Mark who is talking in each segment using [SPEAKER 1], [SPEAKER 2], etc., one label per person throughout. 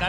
[SPEAKER 1] The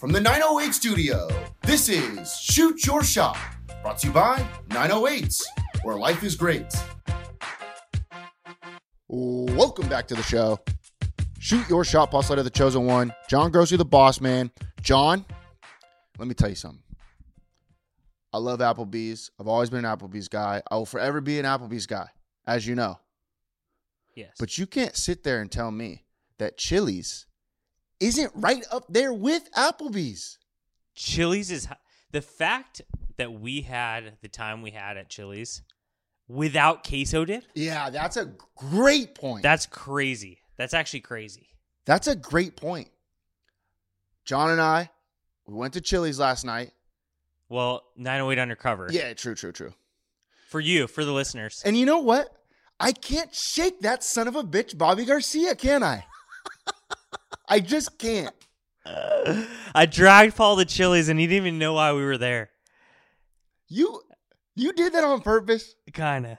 [SPEAKER 2] from the 908 studio, this is Shoot Your Shot, brought to you by 908, where life is great. Welcome back to the show. Shoot Your Shot, Boss Letter, the Chosen One. John Grossi, the boss man. John, let me tell you something. I love Applebee's. I've always been an Applebee's guy. I will forever be an Applebee's guy, as you know.
[SPEAKER 3] Yes.
[SPEAKER 2] But you can't sit there and tell me that Chili's isn't right up there with Applebee's.
[SPEAKER 3] Chili's is hi- the fact that we had the time we had at Chili's without queso dip.
[SPEAKER 2] Yeah, that's a great point.
[SPEAKER 3] That's crazy. That's actually crazy.
[SPEAKER 2] That's a great point. John and I, we went to Chili's last night.
[SPEAKER 3] Well, 908 undercover.
[SPEAKER 2] Yeah, true, true, true.
[SPEAKER 3] For you, for the listeners.
[SPEAKER 2] And you know what? I can't shake that son of a bitch, Bobby Garcia, can I? I just can't.
[SPEAKER 3] I dragged Paul to Chili's and he didn't even know why we were there.
[SPEAKER 2] You, you did that on purpose,
[SPEAKER 3] Kinda.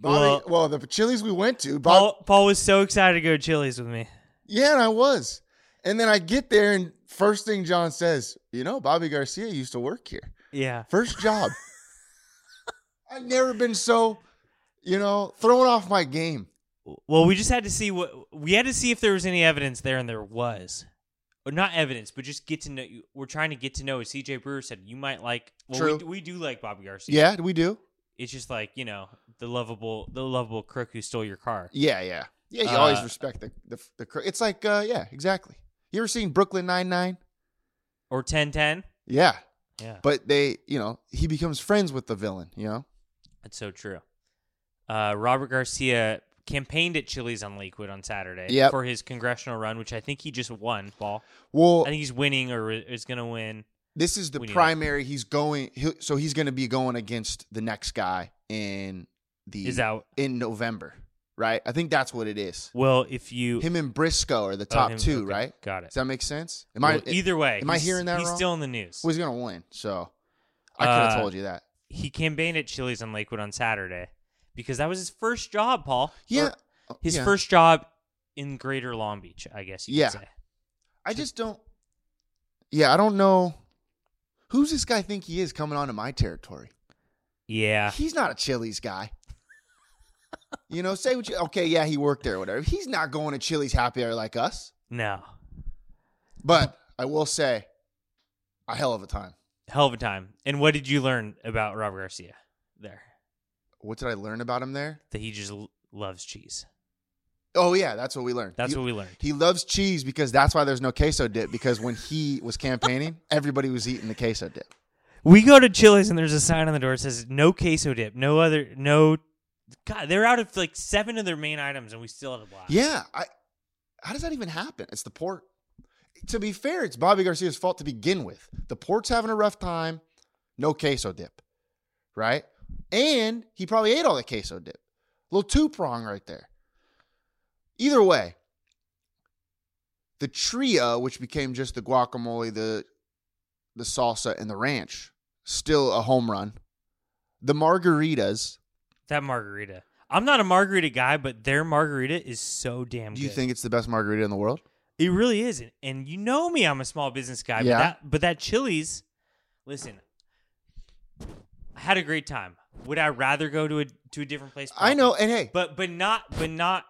[SPEAKER 2] Bobby. Well, the Chili's we went to, Bob.
[SPEAKER 3] Paul, Paul was so excited to go to Chili's with me.
[SPEAKER 2] Yeah, and I was. And then I get there, and first thing John says, you know, Bobby Garcia used to work here.
[SPEAKER 3] Yeah.
[SPEAKER 2] First job. I've never been so, you know, thrown off my game.
[SPEAKER 3] Well, we just had to see what we had to see if there was any evidence there, and there was, or not evidence, but just get to know. We're trying to get to know. As CJ Brewer said, you might like. Well,
[SPEAKER 2] True.
[SPEAKER 3] We, we do like Bobby Garcia.
[SPEAKER 2] Yeah, we do.
[SPEAKER 3] It's just like you know the lovable, the lovable crook who stole your car.
[SPEAKER 2] Yeah, yeah, yeah. You always
[SPEAKER 3] Uh,
[SPEAKER 2] respect the the, the cr- It's like, uh, yeah, exactly. You ever seen Brooklyn Nine Nine?
[SPEAKER 3] Or ten ten.
[SPEAKER 2] Yeah,
[SPEAKER 3] Yeah,
[SPEAKER 2] but they, you know, he becomes friends with the villain. You know,
[SPEAKER 3] that's so true. Uh, Robert Garcia campaigned at Chili's on Lakewood on Saturday
[SPEAKER 2] Yep.
[SPEAKER 3] for his congressional run, which I think he just won. Paul,
[SPEAKER 2] well,
[SPEAKER 3] I think he's winning or is going to win.
[SPEAKER 2] this is the
[SPEAKER 3] we need it.
[SPEAKER 2] primary. He's going, he so he's going to be going against the next guy in the
[SPEAKER 3] Is out.
[SPEAKER 2] in November, right? I think that's what it is.
[SPEAKER 3] Well, if you
[SPEAKER 2] Him and Briscoe are the
[SPEAKER 3] Oh,
[SPEAKER 2] top
[SPEAKER 3] him-
[SPEAKER 2] two,
[SPEAKER 3] okay,
[SPEAKER 2] right?
[SPEAKER 3] got it.
[SPEAKER 2] Does that make sense? Am
[SPEAKER 3] Well, either way,
[SPEAKER 2] am I
[SPEAKER 3] he's-
[SPEAKER 2] hearing that
[SPEAKER 3] He's
[SPEAKER 2] wrong?
[SPEAKER 3] still in the news.
[SPEAKER 2] Well, he's gonna win, so I could have
[SPEAKER 3] Uh,
[SPEAKER 2] told you that.
[SPEAKER 3] he campaigned at Chili's on Lakewood on Saturday because that was his first job, Paul.
[SPEAKER 2] Yeah, oh,
[SPEAKER 3] Or his
[SPEAKER 2] yeah.
[SPEAKER 3] first job in Greater Long Beach, I guess you
[SPEAKER 2] Yeah.
[SPEAKER 3] could say.
[SPEAKER 2] I just don't. Yeah, I don't know. Who's this guy think he is coming onto my territory?
[SPEAKER 3] Yeah,
[SPEAKER 2] He's not a Chili's guy. you know, say what you. Okay, yeah, he worked there or whatever. He's not going to Chili's happy hour like us.
[SPEAKER 3] no,
[SPEAKER 2] But I will say, a hell of a time.
[SPEAKER 3] hell of a time. And what did you learn about Robert Garcia there?
[SPEAKER 2] What did I learn about him there?
[SPEAKER 3] That he just l- loves cheese.
[SPEAKER 2] Oh yeah, that's what we learned.
[SPEAKER 3] That's
[SPEAKER 2] He-
[SPEAKER 3] what we learned.
[SPEAKER 2] He loves cheese because that's why there's no queso dip. Because when he was campaigning, everybody was eating the queso dip.
[SPEAKER 3] We go to Chili's and there's a sign on the door that says no queso dip, no other, no. God, they're out of like seven of their main items, and we still had a blast.
[SPEAKER 2] Yeah, I. How does that even happen? It's the port. To be fair, it's Bobby Garcia's fault to begin with. The port's having a rough time. No queso dip, right? And he probably ate all the queso dip. little two prong right there. Either way, the trio, which became just the guacamole, the the salsa, and the ranch, still a home run. The margaritas.
[SPEAKER 3] that margarita. I'm not a margarita guy, but their margarita is so damn good.
[SPEAKER 2] Do you think it's the best margarita in the world?
[SPEAKER 3] It really is. And- And you know me, I'm a small business guy.
[SPEAKER 2] Yeah.
[SPEAKER 3] But that, but that Chili's, listen, I had a great time. Would I rather go to a to a different place?
[SPEAKER 2] I know.
[SPEAKER 3] Probably.
[SPEAKER 2] And hey,
[SPEAKER 3] but but not but not.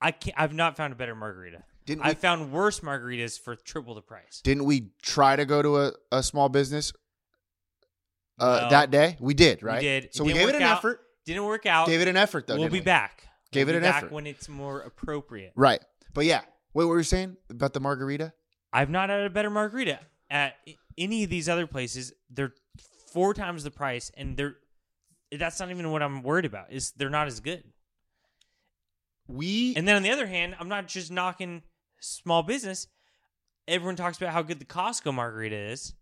[SPEAKER 3] I can't. I've not found a better margarita.
[SPEAKER 2] Didn't
[SPEAKER 3] I
[SPEAKER 2] we-
[SPEAKER 3] found worse margaritas for triple the price.
[SPEAKER 2] Didn't we try to go to a, a small business uh,
[SPEAKER 3] No.
[SPEAKER 2] that day? We did, right?
[SPEAKER 3] We did.
[SPEAKER 2] So we
[SPEAKER 3] didn't
[SPEAKER 2] gave it
[SPEAKER 3] work
[SPEAKER 2] an
[SPEAKER 3] out-
[SPEAKER 2] effort.
[SPEAKER 3] Didn't work out.
[SPEAKER 2] Gave it an effort, though.
[SPEAKER 3] we'll
[SPEAKER 2] didn't
[SPEAKER 3] be
[SPEAKER 2] we?
[SPEAKER 3] back.
[SPEAKER 2] Gave
[SPEAKER 3] We'll
[SPEAKER 2] it
[SPEAKER 3] be
[SPEAKER 2] an
[SPEAKER 3] back
[SPEAKER 2] effort.
[SPEAKER 3] when it's more appropriate.
[SPEAKER 2] Right. But yeah. Wait, what were you saying about the margarita?
[SPEAKER 3] I've not had a better margarita at i- any of these other places. They're four times the price, and they're that's not even what I'm worried about. Is they're not as good.
[SPEAKER 2] We
[SPEAKER 3] And then on the other hand, I'm not just knocking small business. everyone talks about how good the Costco margarita is.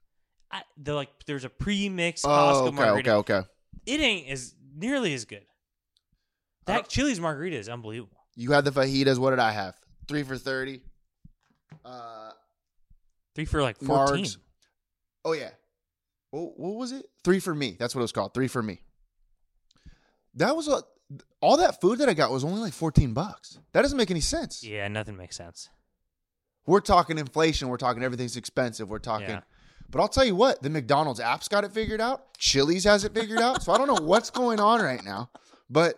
[SPEAKER 3] I, they're like, there's a pre-mixed Costco
[SPEAKER 2] Oh, okay,
[SPEAKER 3] margarita.
[SPEAKER 2] okay, okay.
[SPEAKER 3] It ain't as nearly as good.
[SPEAKER 2] Uh,
[SPEAKER 3] That Chili's margarita is unbelievable.
[SPEAKER 2] You had the fajitas. What did I have? Three for thirty. Uh,
[SPEAKER 3] Three for like fourteen.
[SPEAKER 2] Margs. Oh yeah. Oh, what was it? Three for me. That's what it was called. Three for me. That was a, all that food that I got was only like fourteen bucks. That doesn't make any sense.
[SPEAKER 3] Yeah, nothing makes sense.
[SPEAKER 2] We're talking inflation. We're talking everything's expensive. We're talking.
[SPEAKER 3] Yeah.
[SPEAKER 2] But I'll tell you what, the McDonald's app's got it figured out. Chili's has it figured out. So I don't know what's going on right now, but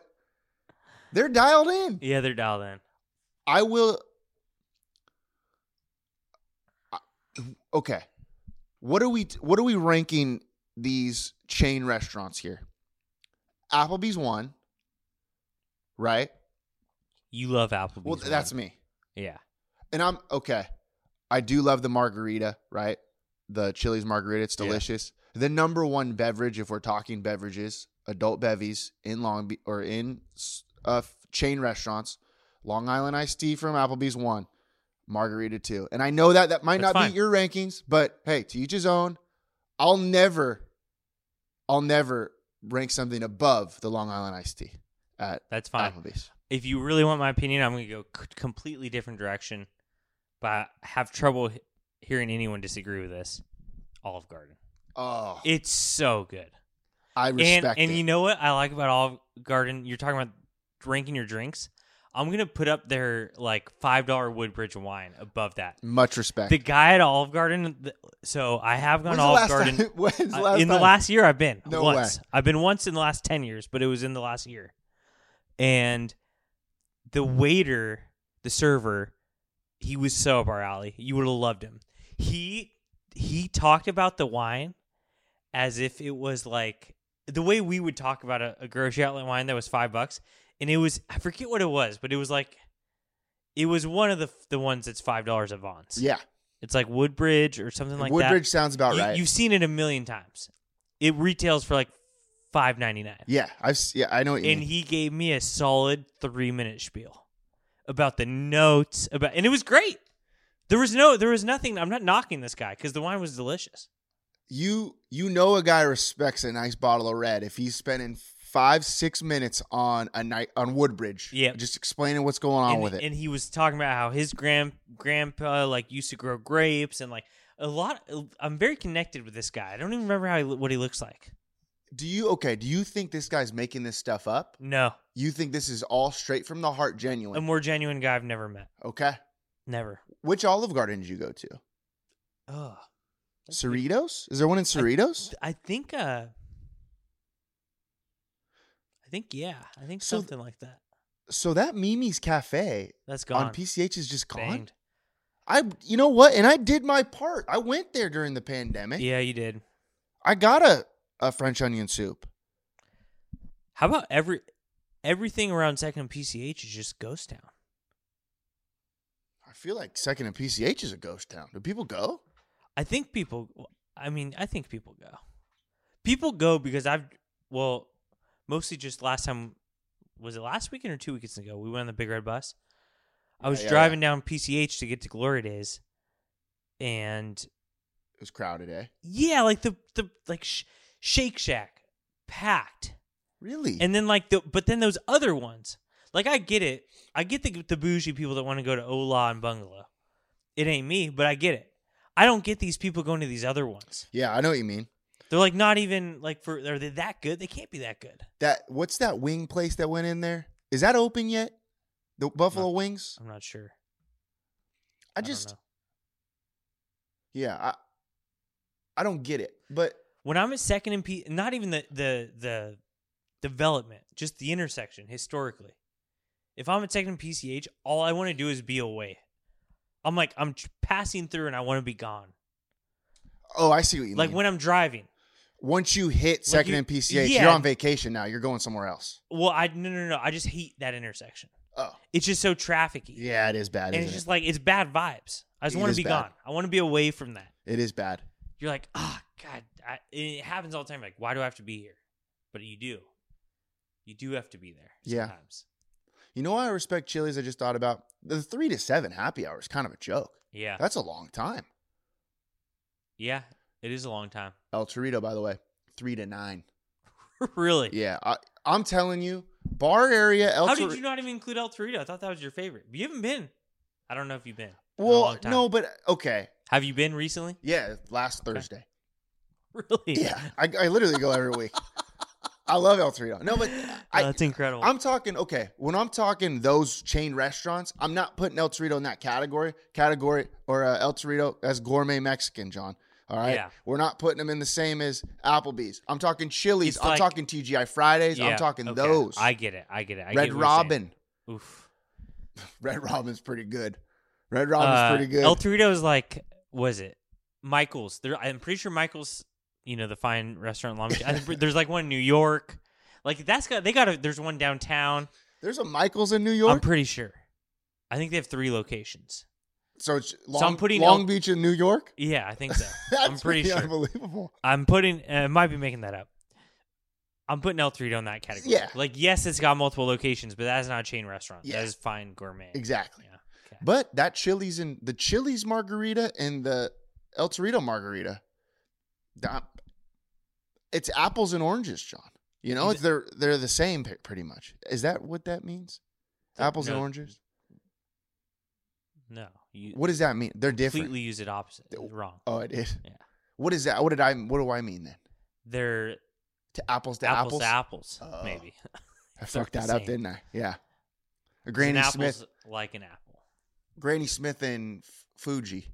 [SPEAKER 2] they're dialed in.
[SPEAKER 3] Yeah, they're dialed in.
[SPEAKER 2] I will. I- Okay, what are we? What are we ranking these chain restaurants here? Applebee's one, right?
[SPEAKER 3] You love Applebee's.
[SPEAKER 2] Well,
[SPEAKER 3] man.
[SPEAKER 2] that's me,
[SPEAKER 3] yeah.
[SPEAKER 2] and I'm okay. I do love the margarita, right? The Chili's margarita, it's
[SPEAKER 3] Yeah.
[SPEAKER 2] delicious. The number one beverage, if we're talking beverages, adult bevies in Long Beach or in uh, chain restaurants, Long Island iced tea from Applebee's one, margarita two. And I know that that might
[SPEAKER 3] That's
[SPEAKER 2] not
[SPEAKER 3] fine.
[SPEAKER 2] be your rankings, but hey, to each his own. I'll never, I'll never rank something above the Long Island iced tea at
[SPEAKER 3] That's fine.
[SPEAKER 2] Applebee's.
[SPEAKER 3] If you really want my opinion, I'm going to go c- completely different direction, but I have trouble he- hearing anyone disagree with this. Olive Garden.
[SPEAKER 2] Oh,
[SPEAKER 3] It's so good.
[SPEAKER 2] I
[SPEAKER 3] And
[SPEAKER 2] respect
[SPEAKER 3] and
[SPEAKER 2] it.
[SPEAKER 3] you know what I like about Olive Garden? You're talking about drinking your drinks. I'm going to put up their like $5 Woodbridge wine above that.
[SPEAKER 2] Much respect.
[SPEAKER 3] The guy at Olive Garden, th- so I have
[SPEAKER 2] When's
[SPEAKER 3] gone to
[SPEAKER 2] the
[SPEAKER 3] Olive
[SPEAKER 2] last
[SPEAKER 3] Garden.
[SPEAKER 2] time- when's the
[SPEAKER 3] Uh,
[SPEAKER 2] last
[SPEAKER 3] in the
[SPEAKER 2] time?
[SPEAKER 3] last year I've been.
[SPEAKER 2] No
[SPEAKER 3] once.
[SPEAKER 2] way.
[SPEAKER 3] I've been once in the last 10 years, but it was in the last year. And the waiter, the server, he was so up our alley. You would have loved him. He he talked about the wine as if it was like the way we would talk about a, a grocery outlet wine that was five bucks, and it was I forget what it was, but it was like it was one of the the ones that's five dollars at Vaughn's.
[SPEAKER 2] yeah.
[SPEAKER 3] It's like Woodbridge or something like that.
[SPEAKER 2] Woodbridge sounds about
[SPEAKER 3] You-
[SPEAKER 2] right.
[SPEAKER 3] You've seen it a million times. It retails for like five ninety nine.
[SPEAKER 2] yeah, I've s- yeah, I know what you
[SPEAKER 3] And
[SPEAKER 2] mean.
[SPEAKER 3] he gave me a solid three minute spiel about the notes about, and it was great. There was no, there was nothing. I'm not knocking this guy because the wine was delicious.
[SPEAKER 2] you you know a guy respects a nice bottle of red if he's spending five six minutes on a night on Woodbridge.
[SPEAKER 3] Yep.
[SPEAKER 2] just explaining what's going on
[SPEAKER 3] and,
[SPEAKER 2] with it.
[SPEAKER 3] and he was talking about how his grand grandpa like used to grow grapes and like a lot. I'm very connected with this guy. I don't even remember how he, lo- what he looks like.
[SPEAKER 2] do you okay? Do you think this guy's making this stuff up?
[SPEAKER 3] No,
[SPEAKER 2] You think this is all straight from the heart,
[SPEAKER 3] a
[SPEAKER 2] genuine?
[SPEAKER 3] more genuine guy I've never met.
[SPEAKER 2] okay.
[SPEAKER 3] Never.
[SPEAKER 2] Which Olive Garden did you go to?
[SPEAKER 3] Ugh.
[SPEAKER 2] Cerritos? Is there one in Cerritos?
[SPEAKER 3] I think uh I think yeah. I think
[SPEAKER 2] So-
[SPEAKER 3] something like that.
[SPEAKER 2] so that Mimi's Cafe
[SPEAKER 3] That's gone.
[SPEAKER 2] on PCH is just gone.
[SPEAKER 3] Banged.
[SPEAKER 2] I, you know what? And I did my part. I went there during the pandemic.
[SPEAKER 3] Yeah, you did.
[SPEAKER 2] I got a, a French onion soup.
[SPEAKER 3] How about every everything around second and PCH is just ghost town?
[SPEAKER 2] I feel like Second and PCH is a ghost town. Do people go?
[SPEAKER 3] I think people I mean, I think people go. People go because I've well, mostly just last time was it last weekend or two weekends ago? We went on the big red bus. I was
[SPEAKER 2] yeah, yeah.
[SPEAKER 3] driving down PCH to get to Glory Days and
[SPEAKER 2] It was crowded, eh?
[SPEAKER 3] Yeah, like the the like sh- Shake Shack packed,
[SPEAKER 2] Really?
[SPEAKER 3] and then like the but then those other ones. Like I get it, I get the the bougie people that want to go to Ola and Bungalow. It ain't me, but I get it. I don't get these people going to these other ones.
[SPEAKER 2] yeah, I know what you mean.
[SPEAKER 3] They're like not even like for are they that good? They can't be that good.
[SPEAKER 2] That what's that wing place that went in there? Is that open yet? The Buffalo Wings?
[SPEAKER 3] I'm not sure.
[SPEAKER 2] I
[SPEAKER 3] don't
[SPEAKER 2] just
[SPEAKER 3] know.
[SPEAKER 2] yeah, I I don't get it. But
[SPEAKER 3] when I'm at second and P, not even the the the development, just the intersection historically. If I'm at second and PCH, all I want to do is be away. I'm like I'm tr- passing through and I want to be gone.
[SPEAKER 2] oh, I see what you
[SPEAKER 3] Like
[SPEAKER 2] mean.
[SPEAKER 3] when I'm driving.
[SPEAKER 2] Once you hit Second
[SPEAKER 3] you-
[SPEAKER 2] and PCH,
[SPEAKER 3] yeah.
[SPEAKER 2] you're on vacation now. You're going somewhere else.
[SPEAKER 3] Well, I no no no. I just hate that intersection.
[SPEAKER 2] Oh,
[SPEAKER 3] It's just so trafficky.
[SPEAKER 2] yeah, it is bad.
[SPEAKER 3] and
[SPEAKER 2] Isn't
[SPEAKER 3] it's just
[SPEAKER 2] it?
[SPEAKER 3] like it's bad vibes. I just
[SPEAKER 2] It
[SPEAKER 3] want to
[SPEAKER 2] is
[SPEAKER 3] be
[SPEAKER 2] bad.
[SPEAKER 3] gone. I want to be away from that.
[SPEAKER 2] it is bad.
[SPEAKER 3] You're like, oh god, I, and it happens all the time. Like, why do I have to be here? But you do. You do have to be there.
[SPEAKER 2] Yeah.
[SPEAKER 3] Sometimes.
[SPEAKER 2] You know why I respect Chili's? I just thought about the three to seven happy hour is kind of a joke.
[SPEAKER 3] Yeah.
[SPEAKER 2] That's a long time.
[SPEAKER 3] yeah. It is a long time.
[SPEAKER 2] El Torito, by the way, three to nine.
[SPEAKER 3] really?
[SPEAKER 2] Yeah, I, I'm telling you, bar area El
[SPEAKER 3] How
[SPEAKER 2] Torito.
[SPEAKER 3] did you not even include El Torito? I thought that was your favorite. You haven't been. I don't know if you've been. in a
[SPEAKER 2] well,
[SPEAKER 3] long time.
[SPEAKER 2] no, but okay,
[SPEAKER 3] Have you been recently?
[SPEAKER 2] yeah, last Thursday.
[SPEAKER 3] Really?
[SPEAKER 2] Yeah, I, I literally go every week. I love El Torito. No, but I,
[SPEAKER 3] Oh, that's incredible.
[SPEAKER 2] I'm talking okay. When I'm talking those chain restaurants, I'm not putting El Torito in that category. Category or uh, El Torito as gourmet Mexican, John. All right,
[SPEAKER 3] Yeah.
[SPEAKER 2] we're not putting them in the same as Applebee's. I'm talking Chili's.
[SPEAKER 3] It's
[SPEAKER 2] I'm
[SPEAKER 3] like-
[SPEAKER 2] talking TGI Fridays.
[SPEAKER 3] Yeah,
[SPEAKER 2] I'm talking
[SPEAKER 3] okay.
[SPEAKER 2] those.
[SPEAKER 3] I get it. I get it. I
[SPEAKER 2] Red
[SPEAKER 3] get what you're saying.
[SPEAKER 2] Robin.
[SPEAKER 3] Oof.
[SPEAKER 2] Red Robin's pretty good. Red Robin's
[SPEAKER 3] Uh,
[SPEAKER 2] pretty good.
[SPEAKER 3] El Torito is like, was it Michael's? There, I'm pretty sure Michael's. You know the fine restaurant in Long Beach. I think there's like one in New York. Like that's got they got a. There's one downtown.
[SPEAKER 2] There's a Michael's in New
[SPEAKER 3] I'm
[SPEAKER 2] York.
[SPEAKER 3] pretty sure. I think they have three locations.
[SPEAKER 2] so it's Long,
[SPEAKER 3] I'm putting
[SPEAKER 2] Long
[SPEAKER 3] El-
[SPEAKER 2] Beach in New York.
[SPEAKER 3] Yeah, I think so.
[SPEAKER 2] That's
[SPEAKER 3] I'm pretty sure.
[SPEAKER 2] unbelievable.
[SPEAKER 3] I'm putting. Uh, I might be making that up. I'm putting El Torito in that category.
[SPEAKER 2] Yeah.
[SPEAKER 3] Like yes, it's got multiple locations, but that's not a chain restaurant.
[SPEAKER 2] Yeah.
[SPEAKER 3] That is fine gourmet.
[SPEAKER 2] Exactly.
[SPEAKER 3] Yeah. Okay.
[SPEAKER 2] But that Chili's and the Chili's margarita and the El Torito margarita, that- it's apples and oranges, John. You know, it's, they're they're the same pe- pretty much. Is that what that means? Apples and
[SPEAKER 3] no.
[SPEAKER 2] oranges.
[SPEAKER 3] No. You
[SPEAKER 2] What does that mean? They're different.
[SPEAKER 3] completely use it opposite. Wrong.
[SPEAKER 2] Oh, it is.
[SPEAKER 3] Yeah.
[SPEAKER 2] What is that? What did I? What do I mean then?
[SPEAKER 3] They're
[SPEAKER 2] To apples to
[SPEAKER 3] apples
[SPEAKER 2] apples.
[SPEAKER 3] to apples,
[SPEAKER 2] Oh.
[SPEAKER 3] maybe.
[SPEAKER 2] I
[SPEAKER 3] They're
[SPEAKER 2] fucked
[SPEAKER 3] the
[SPEAKER 2] that up,
[SPEAKER 3] same.
[SPEAKER 2] didn't I? Yeah.
[SPEAKER 3] An
[SPEAKER 2] Granny
[SPEAKER 3] apple's
[SPEAKER 2] Smith,
[SPEAKER 3] like an apple.
[SPEAKER 2] Granny Smith, and F- Fuji.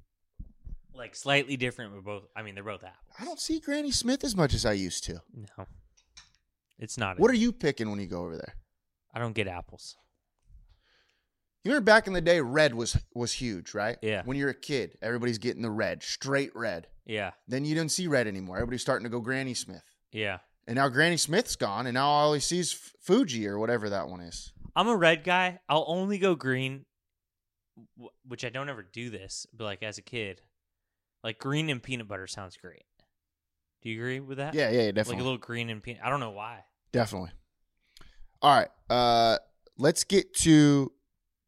[SPEAKER 3] Like slightly different, but both. I mean, they're both apples.
[SPEAKER 2] I don't see Granny Smith as much as I used to.
[SPEAKER 3] No, it's not.
[SPEAKER 2] What are you picking when you go over there?
[SPEAKER 3] I don't get apples.
[SPEAKER 2] You remember back in the day, red was was huge, right?
[SPEAKER 3] Yeah.
[SPEAKER 2] When you're a kid, everybody's getting the red, straight red.
[SPEAKER 3] Yeah,
[SPEAKER 2] Then you didn't see red anymore. Everybody's starting to go Granny Smith,
[SPEAKER 3] yeah.
[SPEAKER 2] and now Granny Smith's gone, and now all he sees F- Fuji or whatever that one is.
[SPEAKER 3] I'm a red guy. I'll only go green, wh- which I don't ever do this. But like as a kid, like green and peanut butter sounds great. Do you agree with that?
[SPEAKER 2] Yeah, yeah, yeah
[SPEAKER 3] Like
[SPEAKER 2] definitely,
[SPEAKER 3] a little green and peanut. I don't know why.
[SPEAKER 2] definitely. All right, uh, let's get to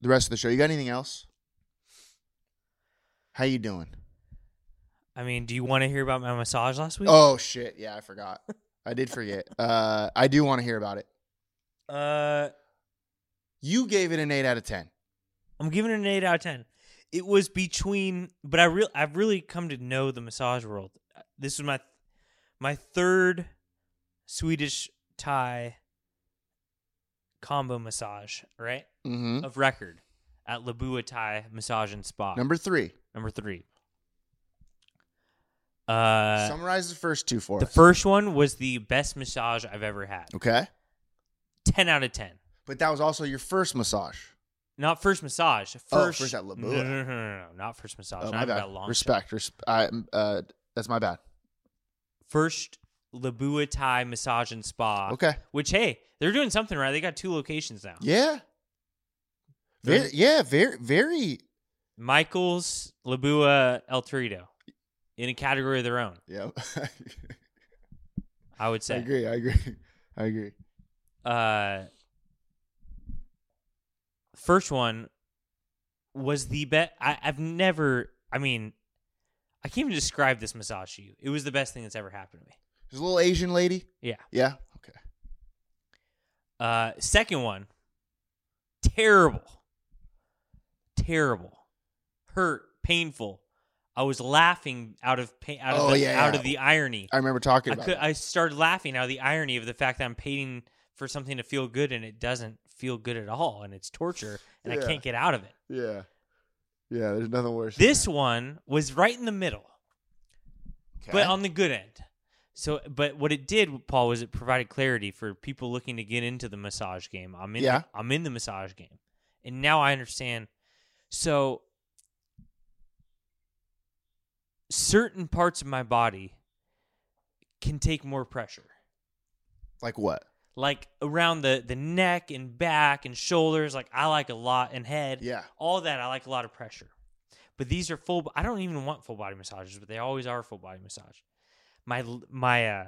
[SPEAKER 2] the rest of the show. You got anything else? How you doing?
[SPEAKER 3] I mean, do you want to hear about my massage last week?
[SPEAKER 2] Oh shit! Yeah, I forgot. I did forget. Uh, I do want to hear about it.
[SPEAKER 3] Uh,
[SPEAKER 2] You gave it an eight out of ten.
[SPEAKER 3] I'm giving it an eight out of ten. It was between, but I real I've really come to know the massage world. Uh, This was my my third Swedish Thai combo massage, right?
[SPEAKER 2] Mm-hmm.
[SPEAKER 3] Of record at Labua Thai Massage and Spa,
[SPEAKER 2] Number three.
[SPEAKER 3] number three. Uh,
[SPEAKER 2] Summarize the first two for
[SPEAKER 3] the
[SPEAKER 2] us.
[SPEAKER 3] first one was the best massage I've ever had.
[SPEAKER 2] okay.
[SPEAKER 3] Ten out of ten.
[SPEAKER 2] But that was also your first massage.
[SPEAKER 3] Not first massage. First,
[SPEAKER 2] Oh, first at Labua.
[SPEAKER 3] No, no, no, no, no, no, not first massage.
[SPEAKER 2] Oh,
[SPEAKER 3] not
[SPEAKER 2] my
[SPEAKER 3] even
[SPEAKER 2] bad.
[SPEAKER 3] that long shot.
[SPEAKER 2] Respect. Res- I, uh, that's my bad.
[SPEAKER 3] first Labua Thai Massage and Spa.
[SPEAKER 2] Okay.
[SPEAKER 3] Which hey, they're doing something right. They got two locations now.
[SPEAKER 2] Yeah. Very,
[SPEAKER 3] There's-
[SPEAKER 2] yeah. Very, very.
[SPEAKER 3] Michael's Labua El Torito in a category of their own.
[SPEAKER 2] Yeah.
[SPEAKER 3] I would
[SPEAKER 2] I
[SPEAKER 3] say.
[SPEAKER 2] agree. I agree. I agree.
[SPEAKER 3] Uh, first one was the best. I've never. I mean, I can't even describe this massage to you. It was the best thing that's ever happened to me.
[SPEAKER 2] There's a little Asian lady.
[SPEAKER 3] Yeah.
[SPEAKER 2] Yeah. Okay.
[SPEAKER 3] Uh, second one, terrible, terrible, hurt, painful. I was laughing out of pain, out of
[SPEAKER 2] Oh,
[SPEAKER 3] the,
[SPEAKER 2] yeah,
[SPEAKER 3] out
[SPEAKER 2] yeah.
[SPEAKER 3] of the irony.
[SPEAKER 2] I remember talking
[SPEAKER 3] I
[SPEAKER 2] about
[SPEAKER 3] could,
[SPEAKER 2] that.
[SPEAKER 3] I started laughing out of the irony of the fact that I'm paying for something to feel good and it doesn't feel good at all, and it's torture, and
[SPEAKER 2] Yeah.
[SPEAKER 3] I can't get out of it.
[SPEAKER 2] yeah. Yeah. There's nothing worse. than
[SPEAKER 3] This one was right in the middle,
[SPEAKER 2] that.
[SPEAKER 3] but
[SPEAKER 2] Okay.
[SPEAKER 3] on the good end. So, but what it did, Paul, was it provided clarity for people looking to get into the massage game. I'm in.
[SPEAKER 2] Yeah.
[SPEAKER 3] I'm in the massage game, and now I understand. So, certain parts of my body can take more pressure,
[SPEAKER 2] like what?
[SPEAKER 3] like around the the neck and back and shoulders. Like I like a lot and head.
[SPEAKER 2] Yeah.
[SPEAKER 3] all that I like a lot of pressure. But these are full. I don't even want full body massages, but they always are full body massage. My my uh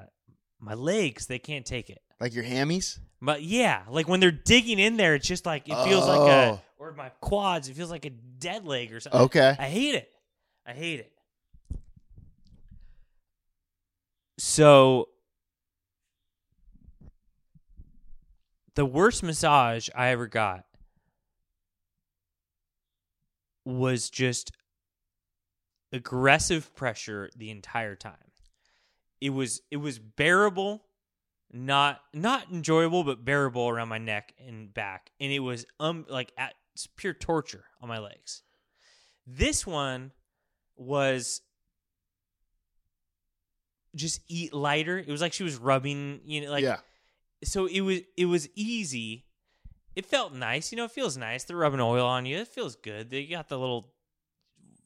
[SPEAKER 3] my legs they can't take it.
[SPEAKER 2] Like your hammies?
[SPEAKER 3] But yeah, like when they're digging in there, it's just like it feels like a
[SPEAKER 2] Oh.
[SPEAKER 3] or my quads, it feels like a dead leg or something.
[SPEAKER 2] Okay.
[SPEAKER 3] I hate it. I hate it. So the worst massage I ever got was just aggressive pressure the entire time. It was it was bearable, not not enjoyable, but bearable around my neck and back, and it was um like at, it's pure torture on my legs. This one was just eat lighter. It was like she was rubbing, you know, like
[SPEAKER 2] yeah.
[SPEAKER 3] so it was it was easy. It felt nice, you know. It feels nice. They're rubbing oil on you. It feels good. They got the little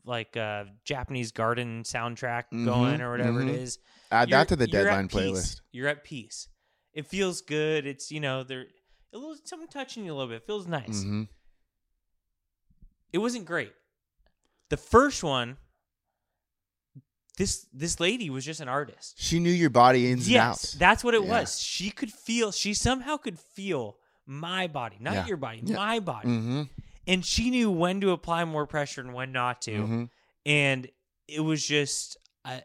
[SPEAKER 3] like uh Japanese garden soundtrack
[SPEAKER 2] Mhm,
[SPEAKER 3] going or whatever it
[SPEAKER 2] mhm.
[SPEAKER 3] is.
[SPEAKER 2] Add
[SPEAKER 3] You're-
[SPEAKER 2] that to the
[SPEAKER 3] you're
[SPEAKER 2] deadline
[SPEAKER 3] at peace.
[SPEAKER 2] playlist.
[SPEAKER 3] You're at peace. It feels good. It's you know they're a little something touching you a little bit. It feels nice.
[SPEAKER 2] hmm
[SPEAKER 3] It wasn't great. The first one, this this lady was just an artist.
[SPEAKER 2] She knew your body ins and
[SPEAKER 3] yes,
[SPEAKER 2] outs.
[SPEAKER 3] that's what it
[SPEAKER 2] Yeah.
[SPEAKER 3] was. She could feel. She somehow could feel my body, not
[SPEAKER 2] Yeah.
[SPEAKER 3] your body,
[SPEAKER 2] Yeah.
[SPEAKER 3] my body,
[SPEAKER 2] hmm
[SPEAKER 3] and she knew when to apply more pressure and when not to.
[SPEAKER 2] Mhm.
[SPEAKER 3] And it was just, I,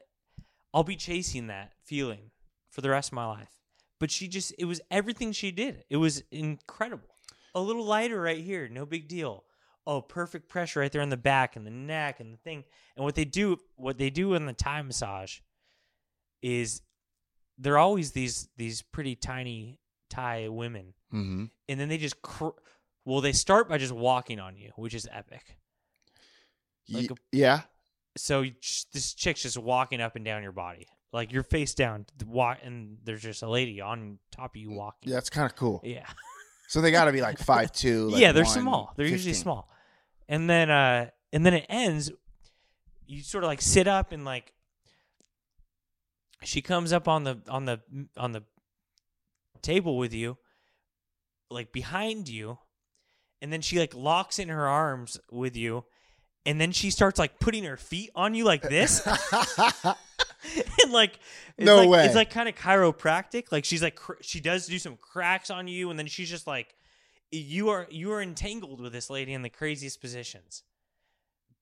[SPEAKER 3] I'll be chasing that feeling for the rest of my life. But she just, it was everything she did. It was incredible. A little lighter right here, no big deal. Oh, perfect pressure right there on the back and the neck and the thing. And what they do, what they do in the Thai massage, is they're always these these pretty tiny Thai women
[SPEAKER 2] hmm
[SPEAKER 3] and then they just cr- well they start by just walking on you which is epic Like a-
[SPEAKER 2] yeah.
[SPEAKER 3] so you just- this chick's just walking up and down your body like you're face down th- wa- and there's just a lady on top of you walking
[SPEAKER 2] Mm, Yeah, that's kind of cool.
[SPEAKER 3] yeah
[SPEAKER 2] So they got to be like five two.
[SPEAKER 3] yeah they're small they're usually small and then uh and then it ends you sort of like sit up and like she comes up on the on the on the table with you like behind you and then she like locks in her arms with you and then she starts like putting her feet on you like this and like it's
[SPEAKER 2] No
[SPEAKER 3] like,
[SPEAKER 2] way.
[SPEAKER 3] it's like kind of chiropractic like she's like cr- she does do some cracks on you and then she's just like you are you are entangled with this lady in the craziest positions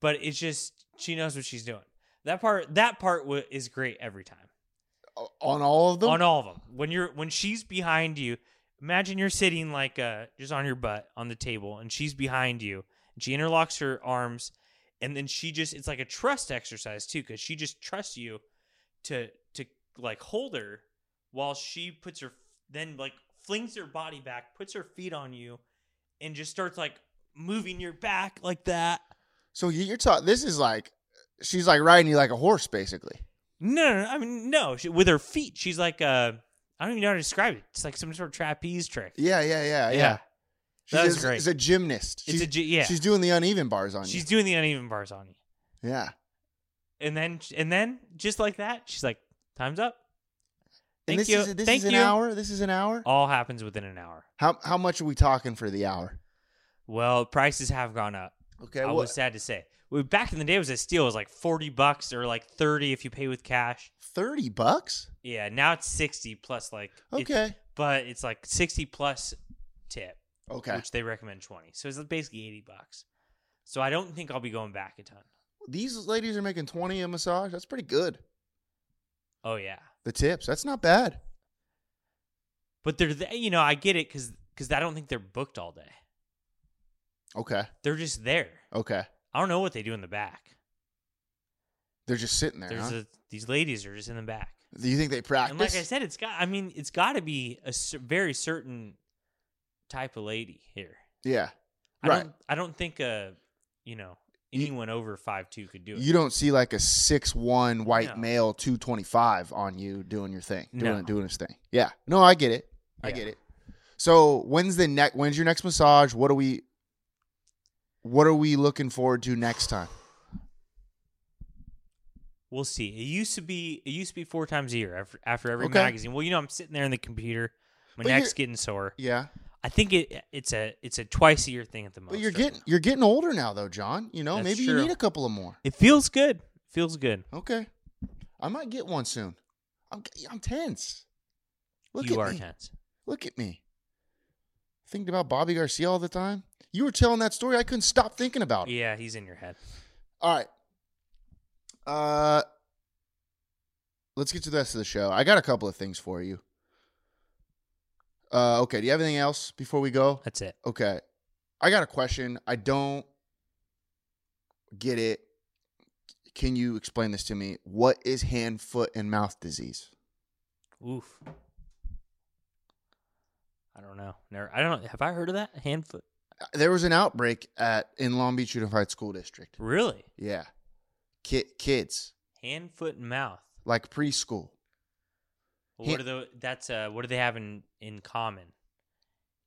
[SPEAKER 3] but it's just she knows what she's doing that part that part wa is great every time
[SPEAKER 2] on all of them.
[SPEAKER 3] on all of them when you're when she's behind you imagine you're sitting like uh just on your butt on the table and she's behind you and she interlocks her arms and then she just it's like a trust exercise too because she just trusts you to to like hold her while she puts her then like flings her body back puts her feet on you and just starts like moving your back like that
[SPEAKER 2] so you- you're taught this is like she's like riding you like a horse basically.
[SPEAKER 3] No, no, no, I mean no. She, with her feet, she's like uh, I don't even know how to describe it. It's like some sort of trapeze trick.
[SPEAKER 2] Yeah, yeah, yeah, yeah.
[SPEAKER 3] Yeah.
[SPEAKER 2] She's
[SPEAKER 3] That was
[SPEAKER 2] a,
[SPEAKER 3] great.
[SPEAKER 2] She's a gymnast.
[SPEAKER 3] It's a
[SPEAKER 2] She's-
[SPEAKER 3] gy- yeah.
[SPEAKER 2] She's doing the uneven bars on
[SPEAKER 3] She's doing the uneven bars on you,
[SPEAKER 2] you. Yeah.
[SPEAKER 3] and then and then just like that, she's like, "Time's up."
[SPEAKER 2] and
[SPEAKER 3] Thank
[SPEAKER 2] this
[SPEAKER 3] you.
[SPEAKER 2] is this
[SPEAKER 3] Thank
[SPEAKER 2] is an
[SPEAKER 3] you.
[SPEAKER 2] hour. This is an hour.
[SPEAKER 3] All happens within an hour.
[SPEAKER 2] How how much are we talking for the hour?
[SPEAKER 3] Well, prices have gone up.
[SPEAKER 2] Okay.
[SPEAKER 3] I
[SPEAKER 2] What
[SPEAKER 3] was sad to say. Well, Back in the day, it was a steal. It was like forty bucks or like thirty if you pay with cash.
[SPEAKER 2] thirty bucks?
[SPEAKER 3] Yeah, now it's sixty plus like it-
[SPEAKER 2] Okay.
[SPEAKER 3] but it's like sixty plus tip.
[SPEAKER 2] Okay.
[SPEAKER 3] which they recommend 20. So it's basically 80 bucks. So I don't think I'll be going back a ton.
[SPEAKER 2] These ladies are making twenty a massage. That's pretty good.
[SPEAKER 3] Oh yeah.
[SPEAKER 2] The tips. That's not bad.
[SPEAKER 3] But they're th- you know, I get it cuz cuz I don't think they're booked all day.
[SPEAKER 2] Okay.
[SPEAKER 3] They're just there.
[SPEAKER 2] Okay.
[SPEAKER 3] I don't know what they do in the back.
[SPEAKER 2] They're just sitting there.
[SPEAKER 3] There's
[SPEAKER 2] huh?
[SPEAKER 3] a, these ladies are just in the back.
[SPEAKER 2] Do you think they practice?
[SPEAKER 3] And like I said, it's got I mean, it's got to be a cer- very certain type of lady here.
[SPEAKER 2] yeah.
[SPEAKER 3] I
[SPEAKER 2] Right.
[SPEAKER 3] don't I don't think uh, you know, anyone over five two could do it.
[SPEAKER 2] You don't see like a six one white
[SPEAKER 3] No.
[SPEAKER 2] male two twenty five on you doing your thing, doing
[SPEAKER 3] No.
[SPEAKER 2] doing his thing. Yeah, no, I get it, I
[SPEAKER 3] Yeah.
[SPEAKER 2] get it. So when's the next? When's your next massage? What are we? What are we looking forward to next time?
[SPEAKER 3] We'll see. It used to be it used to be four times a year after, after every
[SPEAKER 2] Okay.
[SPEAKER 3] magazine. Well, you know, I'm sitting there in the computer, my
[SPEAKER 2] But
[SPEAKER 3] neck's
[SPEAKER 2] you're-
[SPEAKER 3] getting sore.
[SPEAKER 2] Yeah,
[SPEAKER 3] I think it it's a it's a twice a year thing at the most.
[SPEAKER 2] but you're
[SPEAKER 3] right
[SPEAKER 2] getting
[SPEAKER 3] now.
[SPEAKER 2] you're getting older now, though, John. You know,
[SPEAKER 3] That's
[SPEAKER 2] maybe
[SPEAKER 3] true.
[SPEAKER 2] you need a couple of more.
[SPEAKER 3] it feels good. Feels good.
[SPEAKER 2] Okay, I might get one soon. I'm I'm tense. Look
[SPEAKER 3] you
[SPEAKER 2] at
[SPEAKER 3] are
[SPEAKER 2] me.
[SPEAKER 3] tense.
[SPEAKER 2] Look at me. Thinking about Bobby Garcia all the time. You were telling that story. I couldn't stop thinking about it.
[SPEAKER 3] Yeah, he's in your head.
[SPEAKER 2] All right. Uh, let's get to the rest of the show. I got a couple of things for you. Uh, okay. Do you have anything else before we go?
[SPEAKER 3] That's it.
[SPEAKER 2] Okay. I got a question. I don't get it. Can you explain this to me? What is hand, foot, and mouth disease?
[SPEAKER 3] Oof. I don't know. Never. I don't know. Have I heard of that? Hand foot.
[SPEAKER 2] Uh, There was an outbreak at in Long Beach Unified School District.
[SPEAKER 3] Really?
[SPEAKER 2] Yeah. Ki- kids,
[SPEAKER 3] Hand, foot, and mouth.
[SPEAKER 2] like preschool.
[SPEAKER 3] Well, what are
[SPEAKER 2] Hand-
[SPEAKER 3] the? That's uh. What do they have in in common?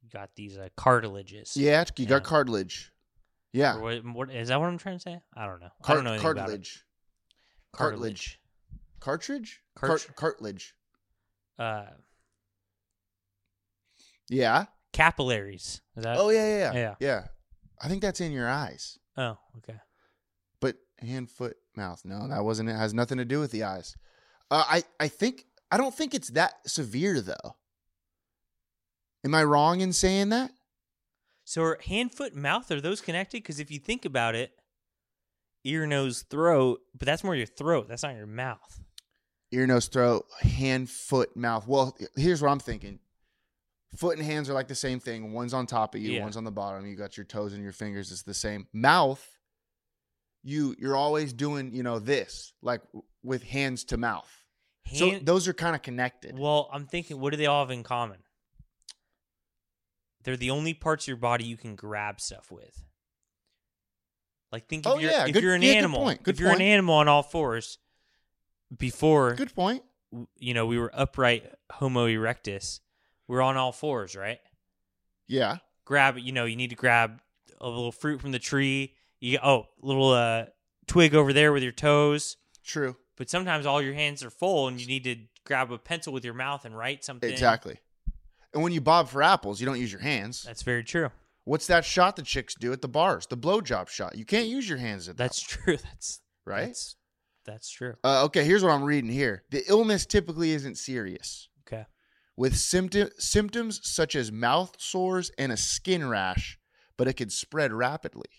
[SPEAKER 3] You got these uh, cartilages.
[SPEAKER 2] Yeah, you
[SPEAKER 3] Yeah.
[SPEAKER 2] got cartilage. Yeah.
[SPEAKER 3] Or what, what is that? What I'm trying to say? I don't know. I
[SPEAKER 2] Cart-
[SPEAKER 3] don't know anything about it.
[SPEAKER 2] cartilage. Cartilage. Cartridge? Cart-
[SPEAKER 3] Cartridge.
[SPEAKER 2] cartilage.
[SPEAKER 3] Cartilage. Uh,
[SPEAKER 2] Yeah.
[SPEAKER 3] capillaries. Is that?
[SPEAKER 2] oh, yeah, yeah, yeah.
[SPEAKER 3] Uh, yeah.
[SPEAKER 2] Yeah. I think that's in your eyes.
[SPEAKER 3] Oh, okay.
[SPEAKER 2] But hand, foot, mouth. No, that wasn't it. Has nothing to do with the eyes. Uh, I, I think, I don't think it's that severe, though. Am I wrong in saying that?
[SPEAKER 3] So are hand, foot, mouth are those connected? Because if you think about it, ear, nose, throat, but that's more your throat. That's not your mouth.
[SPEAKER 2] Ear, nose, throat, hand, foot, mouth. Well, here's what I'm thinking. Foot and hands are like the same thing. One's on top of you,
[SPEAKER 3] Yeah.
[SPEAKER 2] one's on the bottom. You got your toes and your fingers. It's the same. Mouth, you you're always doing, you know, this like w- with hands to mouth. so
[SPEAKER 3] Hand,
[SPEAKER 2] those are kind of connected.
[SPEAKER 3] well, I'm thinking, what do they all have in common? They're the only parts of your body you can grab stuff with. Like think if
[SPEAKER 2] Oh,
[SPEAKER 3] you're
[SPEAKER 2] yeah,
[SPEAKER 3] if
[SPEAKER 2] good-
[SPEAKER 3] you're an
[SPEAKER 2] yeah, good
[SPEAKER 3] animal,
[SPEAKER 2] point, good
[SPEAKER 3] if you're
[SPEAKER 2] point.
[SPEAKER 3] an animal on all fours, before
[SPEAKER 2] Good point.
[SPEAKER 3] w- you know we were upright Homo erectus, we're on all fours, right?
[SPEAKER 2] Yeah.
[SPEAKER 3] grab you know you need to grab a little fruit from the tree you oh little uh twig over there with your toes
[SPEAKER 2] True.
[SPEAKER 3] but sometimes all your hands are full and you need to grab a pencil with your mouth and write something
[SPEAKER 2] Exactly. And when you bob for apples, you don't use your hands.
[SPEAKER 3] that's very true
[SPEAKER 2] What's that shot the chicks do at the bars? The blowjob shot. You can't use your hands at that.
[SPEAKER 3] that's true that's
[SPEAKER 2] one, right.
[SPEAKER 3] that's, that's true
[SPEAKER 2] Uh, okay, here's what I'm reading here. The illness typically isn't serious,
[SPEAKER 3] okay
[SPEAKER 2] with symptom- symptoms such as mouth sores and a skin rash, but it can spread rapidly.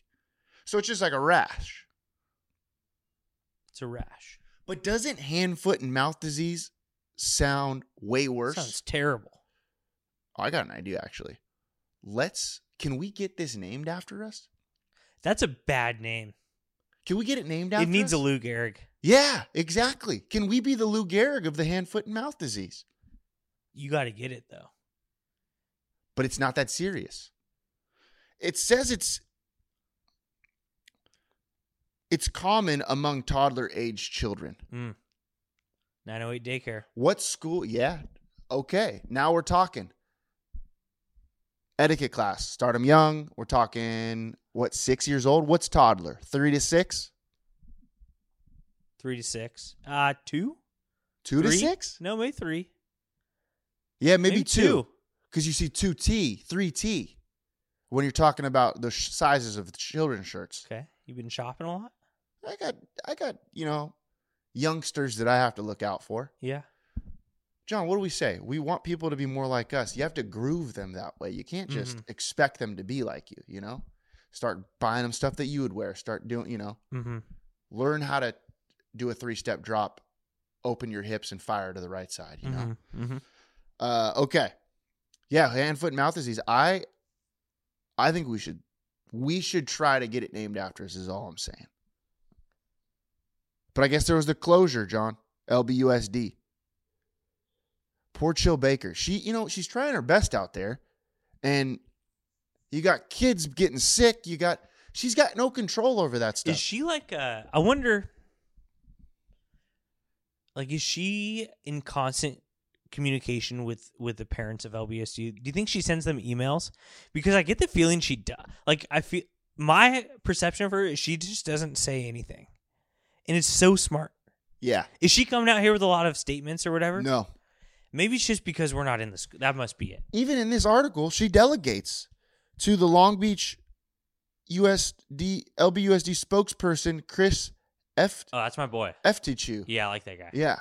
[SPEAKER 2] So it's just like a rash.
[SPEAKER 3] it's a rash
[SPEAKER 2] But doesn't hand, foot, and mouth disease sound way worse?
[SPEAKER 3] sounds terrible
[SPEAKER 2] Oh, I got an idea actually. Let's can we get this named after us?
[SPEAKER 3] that's a bad name
[SPEAKER 2] Can we get it named after
[SPEAKER 3] it needs
[SPEAKER 2] us?
[SPEAKER 3] a Lou Gehrig
[SPEAKER 2] Yeah, exactly. Can we be the Lou Gehrig of the hand, foot, and mouth disease?
[SPEAKER 3] you got to get it though
[SPEAKER 2] But it's not that serious. It says it's it's common among toddler aged children.
[SPEAKER 3] mm. 908 daycare
[SPEAKER 2] What school? Yeah. Okay. Now we're talking. Etiquette class. Start them young. We're talking what, six years old? What's toddler? Three to six?
[SPEAKER 3] three to six uh two
[SPEAKER 2] Two to
[SPEAKER 3] Three?
[SPEAKER 2] six?
[SPEAKER 3] no maybe three
[SPEAKER 2] Yeah, maybe, two. Because you see two T, three T when you're talking about the sh- sizes of the children's shirts.
[SPEAKER 3] okay you've been shopping a lot
[SPEAKER 2] I got, I got, you know, youngsters that I have to look out for.
[SPEAKER 3] yeah
[SPEAKER 2] John, what do we say? We want people to be more like us. You have to groove them that way. You can't just expect them to be like you, you know? Start buying them stuff that you would wear. Start doing, you know,
[SPEAKER 3] mm-hmm
[SPEAKER 2] learn how to do a three step drop, open your hips and fire to the right side, you know?
[SPEAKER 3] Mm-hmm.
[SPEAKER 2] Uh, okay. Yeah, hand, foot, and mouth disease. I, I think we should, we should try to get it named after us. Is all I'm saying. But I guess there was the closure, John. LBUSD. Poor Chill Baker. She, you know, she's trying her best out there, and you got kids getting sick. You got, she's got no control over that stuff.
[SPEAKER 3] Is she like uh I wonder like is she in constant communication with with the parents of LBSU? Do you think she sends them emails? Because I get the feeling she does. Like I feel my perception of her is she just doesn't say anything. And it's so smart.
[SPEAKER 2] yeah.
[SPEAKER 3] Is she coming out here with a lot of statements or whatever?
[SPEAKER 2] No.
[SPEAKER 3] Maybe it's just because we're not in the school. That must be it.
[SPEAKER 2] even in this article, she delegates to the Long Beach USD LBUSD spokesperson Chris F
[SPEAKER 3] Oh, that's my boy.
[SPEAKER 2] Ftichu.
[SPEAKER 3] Yeah, I like that guy.
[SPEAKER 2] Yeah.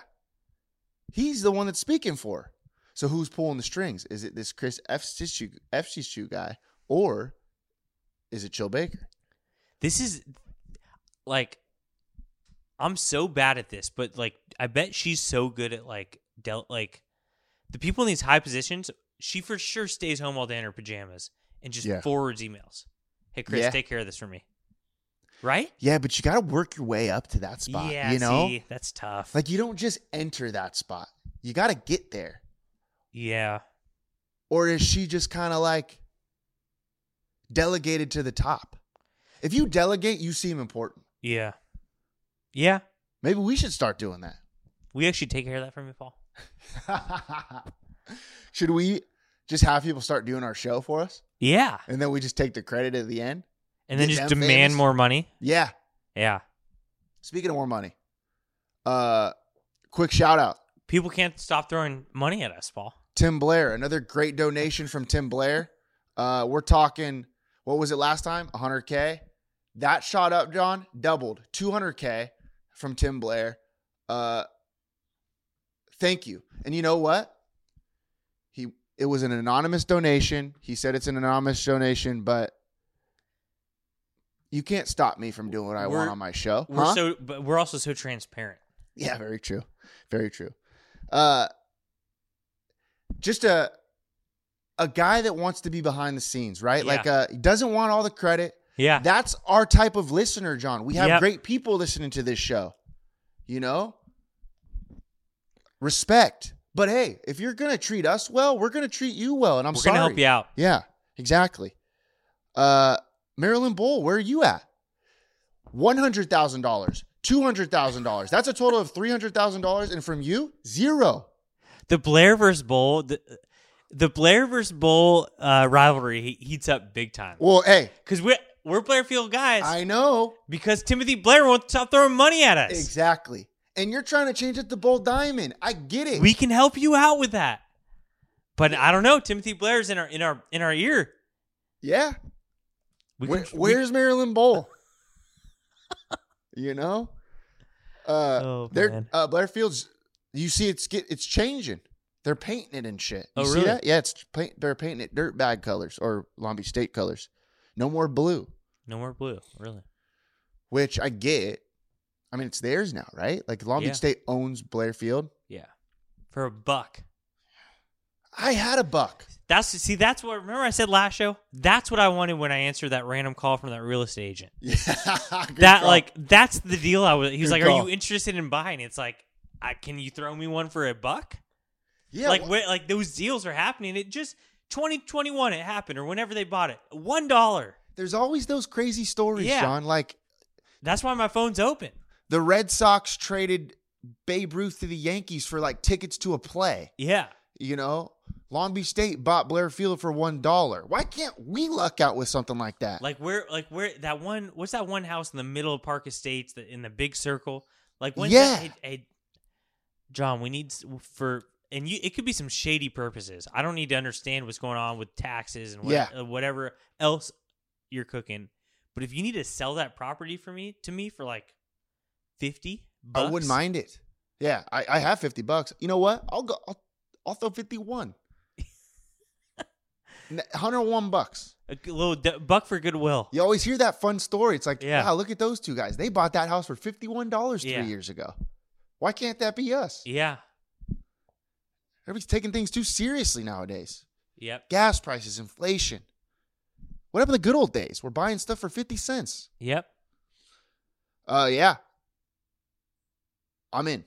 [SPEAKER 2] He's the one that's speaking for. her. So who's pulling the strings? Is it this Chris F. Sichu, F. Sichu guy, or is it Chill Baker?
[SPEAKER 3] This is like I'm so bad at this, but like I bet she's so good at like del- like the people in these high positions, she for sure stays home all day in her pajamas and just
[SPEAKER 2] Yeah.
[SPEAKER 3] forwards emails. Hey Chris,
[SPEAKER 2] Yeah.
[SPEAKER 3] take care of this for me. Right?
[SPEAKER 2] Yeah, but you got to work your way up to that spot.
[SPEAKER 3] yeah,
[SPEAKER 2] you know,
[SPEAKER 3] see, that's tough.
[SPEAKER 2] like you don't just enter that spot. You got to get there.
[SPEAKER 3] yeah.
[SPEAKER 2] Or is she just kind of like delegated to the top? If you delegate, you seem important.
[SPEAKER 3] Yeah. Yeah.
[SPEAKER 2] Maybe we should start doing that.
[SPEAKER 3] We actually take care of that for me, Paul.
[SPEAKER 2] Should we just have people start doing our show for us
[SPEAKER 3] Yeah.
[SPEAKER 2] and then we just take the credit at the end?
[SPEAKER 3] And then
[SPEAKER 2] Get
[SPEAKER 3] just
[SPEAKER 2] them
[SPEAKER 3] demand
[SPEAKER 2] famous.
[SPEAKER 3] more money.
[SPEAKER 2] Yeah.
[SPEAKER 3] Yeah.
[SPEAKER 2] Speaking of more money, uh, quick shout out
[SPEAKER 3] People can't stop throwing money at us, Paul.
[SPEAKER 2] Tim Blair, another great donation from Tim Blair. Uh, we're talking, what was it last time? 100K. That shot up, John, doubled 200K from Tim Blair. Uh, thank you. And you know what? He it was an anonymous donation. He said it's an anonymous donation, but you can't stop me from doing what I
[SPEAKER 3] We're-
[SPEAKER 2] want on my show.
[SPEAKER 3] We're
[SPEAKER 2] huh?
[SPEAKER 3] so but we're also so transparent.
[SPEAKER 2] Yeah, very true. Very true. Uh just a a guy that wants to be behind the scenes, right?
[SPEAKER 3] Yeah.
[SPEAKER 2] Like uh he doesn't want all the credit.
[SPEAKER 3] Yeah.
[SPEAKER 2] That's our type of listener, John. We have
[SPEAKER 3] Yep.
[SPEAKER 2] great people listening to this show. You know? Respect. But hey, if you're gonna treat us well, we're gonna treat you well. And I'm
[SPEAKER 3] we're
[SPEAKER 2] sorry.
[SPEAKER 3] gonna help you out.
[SPEAKER 2] Yeah, exactly. Uh, Marilyn Bull, where are you at? One hundred thousand dollars, two hundred thousand dollars. That's a total of three hundred thousand dollars, and from you, zero.
[SPEAKER 3] The Blair versus Bull, the, the Blair versus Bull uh, rivalry he- heats up big time.
[SPEAKER 2] Well, hey,
[SPEAKER 3] Because we're we're Blairfield guys.
[SPEAKER 2] I know
[SPEAKER 3] because Timothy Blair won't stop throwing money at us.
[SPEAKER 2] exactly, and you're trying to change it to Bull Diamond. I get it.
[SPEAKER 3] We can help you out with that. But I don't know. Timothy Blair's in our in our in our ear.
[SPEAKER 2] yeah.
[SPEAKER 3] We
[SPEAKER 2] Where,
[SPEAKER 3] can- we-
[SPEAKER 2] where's Marilyn Bull? you know, uh,
[SPEAKER 3] Oh,
[SPEAKER 2] they're
[SPEAKER 3] man.
[SPEAKER 2] uh, Blair Fields. You see, it's get it's changing. They're painting it and shit. You
[SPEAKER 3] Oh,
[SPEAKER 2] see
[SPEAKER 3] really?
[SPEAKER 2] that? Yeah, it's paint. They're painting it dirt bag colors or Long Beach State colors. No more blue,
[SPEAKER 3] no more blue, really.
[SPEAKER 2] which I get. I mean, it's theirs now, right? Like Long
[SPEAKER 3] Yeah.
[SPEAKER 2] Beach State owns Blair Field.
[SPEAKER 3] Yeah. For a buck.
[SPEAKER 2] I had a buck.
[SPEAKER 3] That's see, that's what remember I said last show? That's what I wanted when I answered that random call from that real estate agent.
[SPEAKER 2] Yeah,
[SPEAKER 3] that like that's the deal I was he was
[SPEAKER 2] Good
[SPEAKER 3] like, Are
[SPEAKER 2] call.
[SPEAKER 3] you interested in buying? It's like I, can you throw me one for a buck?
[SPEAKER 2] yeah,
[SPEAKER 3] like
[SPEAKER 2] wh-
[SPEAKER 3] wh- like those deals are happening. It just 2021 it happened or whenever they bought it. One dollar.
[SPEAKER 2] there's always those crazy stories,
[SPEAKER 3] Yeah.
[SPEAKER 2] John. Like
[SPEAKER 3] That's why my phone's open.
[SPEAKER 2] the Red Sox traded Babe Ruth to the Yankees for like tickets to a play.
[SPEAKER 3] Yeah.
[SPEAKER 2] You know, Long Beach State bought Blair Field for one dollar. Why can't we luck out with something like that?
[SPEAKER 3] Like where like where that one what's that one house in the middle of Park Estates that in the big circle? Like when
[SPEAKER 2] Yeah.
[SPEAKER 3] hey, hey, John, we need s- for and you it could be some shady purposes. I don't need to understand what's going on with taxes and what,
[SPEAKER 2] Yeah.
[SPEAKER 3] uh, whatever else you're cooking. But if you need to sell that property for me to me for like 50 bucks,
[SPEAKER 2] I wouldn't mind it. Yeah, I, I have fifty bucks. You know what? I'll go. I'll, I'll throw fifty one. Hundred one bucks.
[SPEAKER 3] a g- little d- buck for goodwill.
[SPEAKER 2] You always hear that fun story. It's like,
[SPEAKER 3] Yeah.
[SPEAKER 2] wow, look at those two guys. They bought that house for fifty one dollars three
[SPEAKER 3] Yeah.
[SPEAKER 2] years ago. Why can't that be us?
[SPEAKER 3] Yeah.
[SPEAKER 2] Everybody's taking things too seriously nowadays.
[SPEAKER 3] Yep.
[SPEAKER 2] gas prices, inflation. What happened to the good old days? We're buying stuff for 50 cents.
[SPEAKER 3] Yep.
[SPEAKER 2] Uh yeah. I'm in.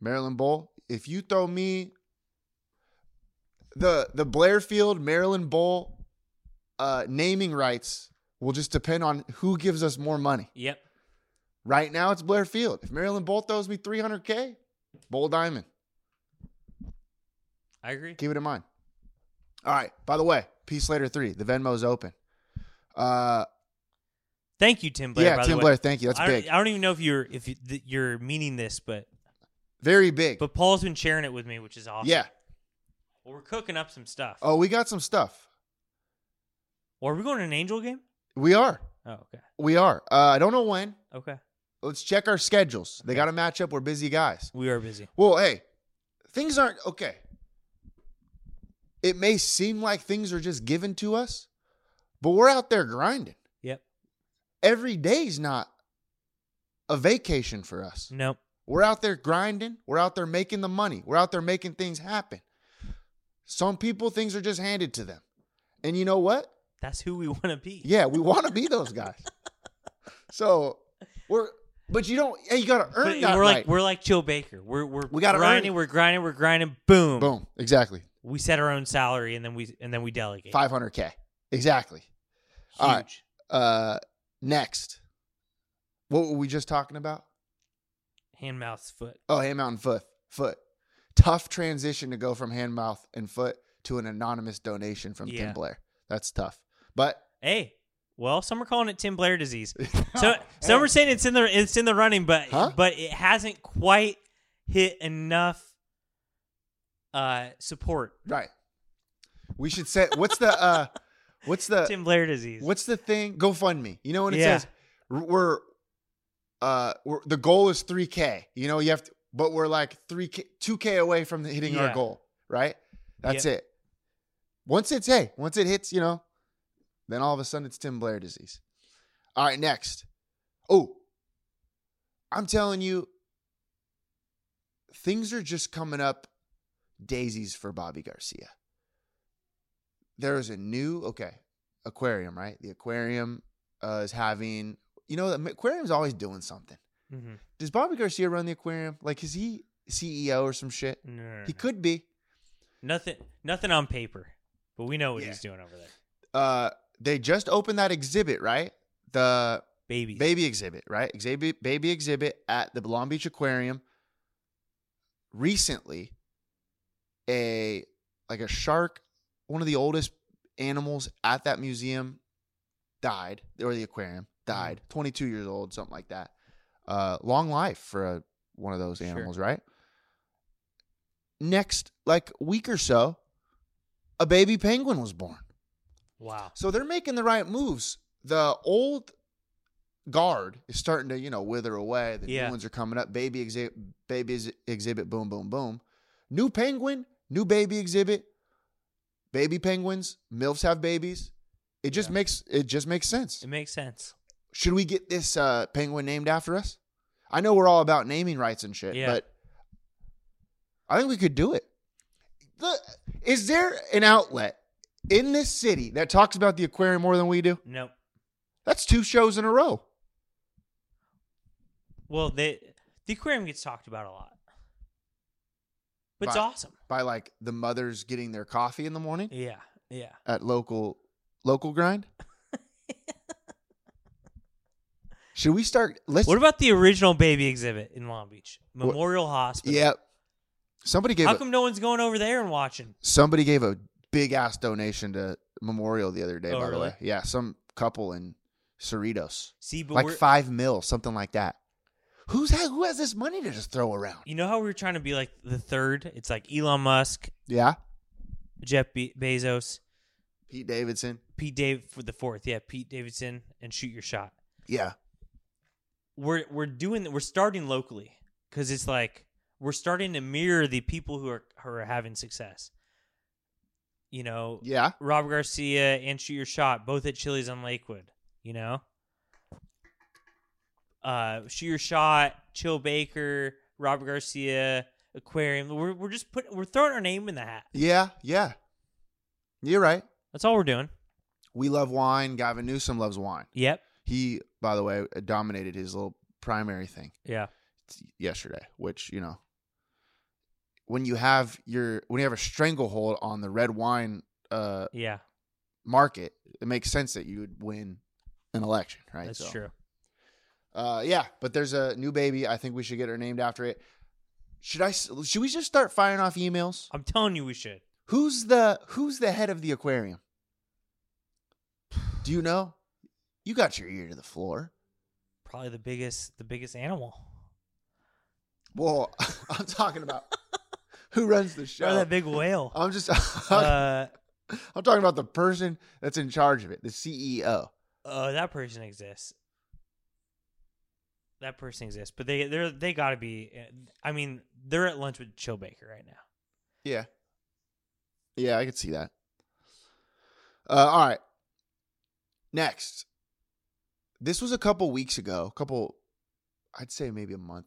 [SPEAKER 2] Maryland Bowl. If you throw me the the Blairfield Maryland Bowl uh naming rights will just depend on who gives us more money.
[SPEAKER 3] Yep.
[SPEAKER 2] Right now it's Blair Field. If Maryland Bowl throws me 300k, Bowl Diamond.
[SPEAKER 3] I agree.
[SPEAKER 2] Keep it in mind. All right. By the way, Peace Later 3, the Venmo's open. Uh
[SPEAKER 3] Thank you Tim Blair
[SPEAKER 2] yeah,
[SPEAKER 3] by
[SPEAKER 2] Tim
[SPEAKER 3] the way.
[SPEAKER 2] Blair, thank you. That's
[SPEAKER 3] I don't,
[SPEAKER 2] big.
[SPEAKER 3] I don't even know if you're if you, th- you're meaning this, but
[SPEAKER 2] Very big.
[SPEAKER 3] but Paul's been sharing it with me, which is awesome.
[SPEAKER 2] Yeah.
[SPEAKER 3] well, we're cooking up some stuff.
[SPEAKER 2] Oh, we got some stuff.
[SPEAKER 3] Well, are we going to an Angel game?
[SPEAKER 2] We are.
[SPEAKER 3] Oh, okay,
[SPEAKER 2] We are. Uh, I don't know when.
[SPEAKER 3] okay.
[SPEAKER 2] Let's check our schedules. They got a matchup. We're busy guys.
[SPEAKER 3] We are busy.
[SPEAKER 2] Well, hey, things aren't okay. It may seem like things are just given to us, but we're out there grinding.
[SPEAKER 3] Yep.
[SPEAKER 2] Every day's not a vacation for us.
[SPEAKER 3] Nope.
[SPEAKER 2] We're out there grinding. We're out there making the money. We're out there making things happen. Some people, things are just handed to them. And you know what?
[SPEAKER 3] That's who we want to be.
[SPEAKER 2] Yeah, we want to be those guys. So we're, but you don't, hey, you got to
[SPEAKER 3] But
[SPEAKER 2] earn that
[SPEAKER 3] we're like
[SPEAKER 2] right.
[SPEAKER 3] we're like Joe Baker. We're we're
[SPEAKER 2] We gotta earn
[SPEAKER 3] grinding.
[SPEAKER 2] it.
[SPEAKER 3] We're grinding. We're grinding. Boom.
[SPEAKER 2] Boom. Exactly.
[SPEAKER 3] We set our own salary and then we and then we delegate.
[SPEAKER 2] 500K. Exactly.
[SPEAKER 3] Huge.
[SPEAKER 2] all right. Uh, next. What were we just talking about?
[SPEAKER 3] Hand, mouth, foot.
[SPEAKER 2] Oh, hand, mouth, and foot. Foot. Tough transition to go from hand, mouth, and foot to an anonymous donation from
[SPEAKER 3] Yeah.
[SPEAKER 2] Tim Blair. That's tough. But
[SPEAKER 3] Hey, well, some are calling it Tim Blair disease. So some are saying it's in the it's in the running, but
[SPEAKER 2] Huh?
[SPEAKER 3] but it hasn't quite hit enough uh support.
[SPEAKER 2] right. We should say what's the uh what's the
[SPEAKER 3] Tim Blair disease.
[SPEAKER 2] what's the thing? GoFundMe. You know when it
[SPEAKER 3] Yeah.
[SPEAKER 2] says r- we're uh we're, the goal is 3k. You know, you have to but we're like 3k 2k away from hitting
[SPEAKER 3] Yeah.
[SPEAKER 2] our goal, right? That's it. Once it's hey, once it hits, you know, then all of a sudden it's Tim Blair disease. All right, next. Oh. I'm telling you things are just coming up daisies for Bobby Garcia. There is a new okay aquarium, right? The aquarium uh, is having you know the aquarium's always doing something.
[SPEAKER 3] hmm
[SPEAKER 2] Does Bobby Garcia run the aquarium? Like is he CEO or some shit?
[SPEAKER 3] No, no, no,
[SPEAKER 2] He
[SPEAKER 3] no.
[SPEAKER 2] could be.
[SPEAKER 3] nothing nothing on paper, but we know what
[SPEAKER 2] Yeah.
[SPEAKER 3] he's doing over there.
[SPEAKER 2] Uh, they just opened that exhibit, right? The
[SPEAKER 3] Baby.
[SPEAKER 2] baby exhibit, right? Exhibit baby exhibit at the Long Beach Aquarium. Recently, a like a shark, one of the oldest animals at that museum, died or the aquarium died. Twenty two years old, something like that. Uh, long life for a, one of those
[SPEAKER 3] Sure.
[SPEAKER 2] animals, right? Next, like week or so, a baby penguin was born.
[SPEAKER 3] Wow.
[SPEAKER 2] So they're making the right moves. The old guard is starting to, you know, wither away. The
[SPEAKER 3] Yeah.
[SPEAKER 2] new ones are coming up. Baby exhibit, baby ex- exhibit, boom, boom, boom. New penguin, new baby exhibit. Baby penguins, milfs have babies. It just
[SPEAKER 3] Yeah.
[SPEAKER 2] makes it just makes sense.
[SPEAKER 3] It makes sense.
[SPEAKER 2] Should we get this uh, penguin named after us? I know we're all about naming rights and shit,
[SPEAKER 3] Yeah.
[SPEAKER 2] but I think we could do it. The- is there an outlet in this city that talks about the aquarium more than we do?
[SPEAKER 3] Nope.
[SPEAKER 2] That's two shows in a row.
[SPEAKER 3] Well, the the aquarium gets talked about a lot. But it's
[SPEAKER 2] Right.
[SPEAKER 3] awesome.
[SPEAKER 2] By like the mothers getting their coffee in the morning
[SPEAKER 3] Yeah. Yeah.
[SPEAKER 2] at local local grind. Should we start? Let's.
[SPEAKER 3] What about the original baby exhibit in Long Beach? Memorial Hospital.
[SPEAKER 2] yeah. Somebody gave
[SPEAKER 3] How
[SPEAKER 2] a-
[SPEAKER 3] come no one's going over there and watching?
[SPEAKER 2] somebody gave a big ass donation to Memorial the other day.
[SPEAKER 3] Oh,
[SPEAKER 2] by the
[SPEAKER 3] really?
[SPEAKER 2] way, yeah, some couple in Cerritos,
[SPEAKER 3] See, but
[SPEAKER 2] like
[SPEAKER 3] we're,
[SPEAKER 2] five mil, something like that. Who's ha- who has this money to just throw around?
[SPEAKER 3] you know how we were trying to be like the third? It's like Elon Musk,
[SPEAKER 2] Yeah,
[SPEAKER 3] Jeff Be- Bezos,
[SPEAKER 2] Pete Davidson.
[SPEAKER 3] Pete Dave for the fourth. Yeah, Pete Davidson and shoot your shot.
[SPEAKER 2] Yeah,
[SPEAKER 3] We're we're doing we're starting locally because it's like we're starting to mirror the people who are who are having success. You know,
[SPEAKER 2] yeah.
[SPEAKER 3] Rob Garcia and Shoot Your Shot, both at Chili's on Lakewood, you know? Uh, Shoot Your Shot, Chill Baker, Rob Garcia, Aquarium. We're, we're just put we're throwing our name in the hat.
[SPEAKER 2] Yeah, yeah. You're right.
[SPEAKER 3] That's all we're doing.
[SPEAKER 2] We love wine. Gavin Newsom loves wine.
[SPEAKER 3] Yep.
[SPEAKER 2] He, by the way, dominated his little primary thing
[SPEAKER 3] Yeah.
[SPEAKER 2] yesterday, which, you know, when you have your when you have a stranglehold on the red wine uh
[SPEAKER 3] Yeah.
[SPEAKER 2] market, it makes sense that you would win an election, right?
[SPEAKER 3] That's
[SPEAKER 2] So,
[SPEAKER 3] true.
[SPEAKER 2] Uh yeah, but there's a new baby. I think we should get her named after it. Should I s- should we just start firing off emails?
[SPEAKER 3] I'm telling you we should.
[SPEAKER 2] Who's the who's the head of the aquarium? Do you know? You got your ear to the floor.
[SPEAKER 3] Probably the biggest the biggest animal.
[SPEAKER 2] Well, I'm talking about who runs the show.
[SPEAKER 3] Or that big whale.
[SPEAKER 2] I'm just
[SPEAKER 3] uh
[SPEAKER 2] I'm talking about the person that's in charge of it, the E CEO.
[SPEAKER 3] oh, that person exists. That person exists, but they they're they got to be. I mean, they're at lunch with Chill Baker right now.
[SPEAKER 2] Yeah. Yeah, I could see that. Uh, all right. Next. This was a couple weeks ago, a couple, I'd say maybe a month,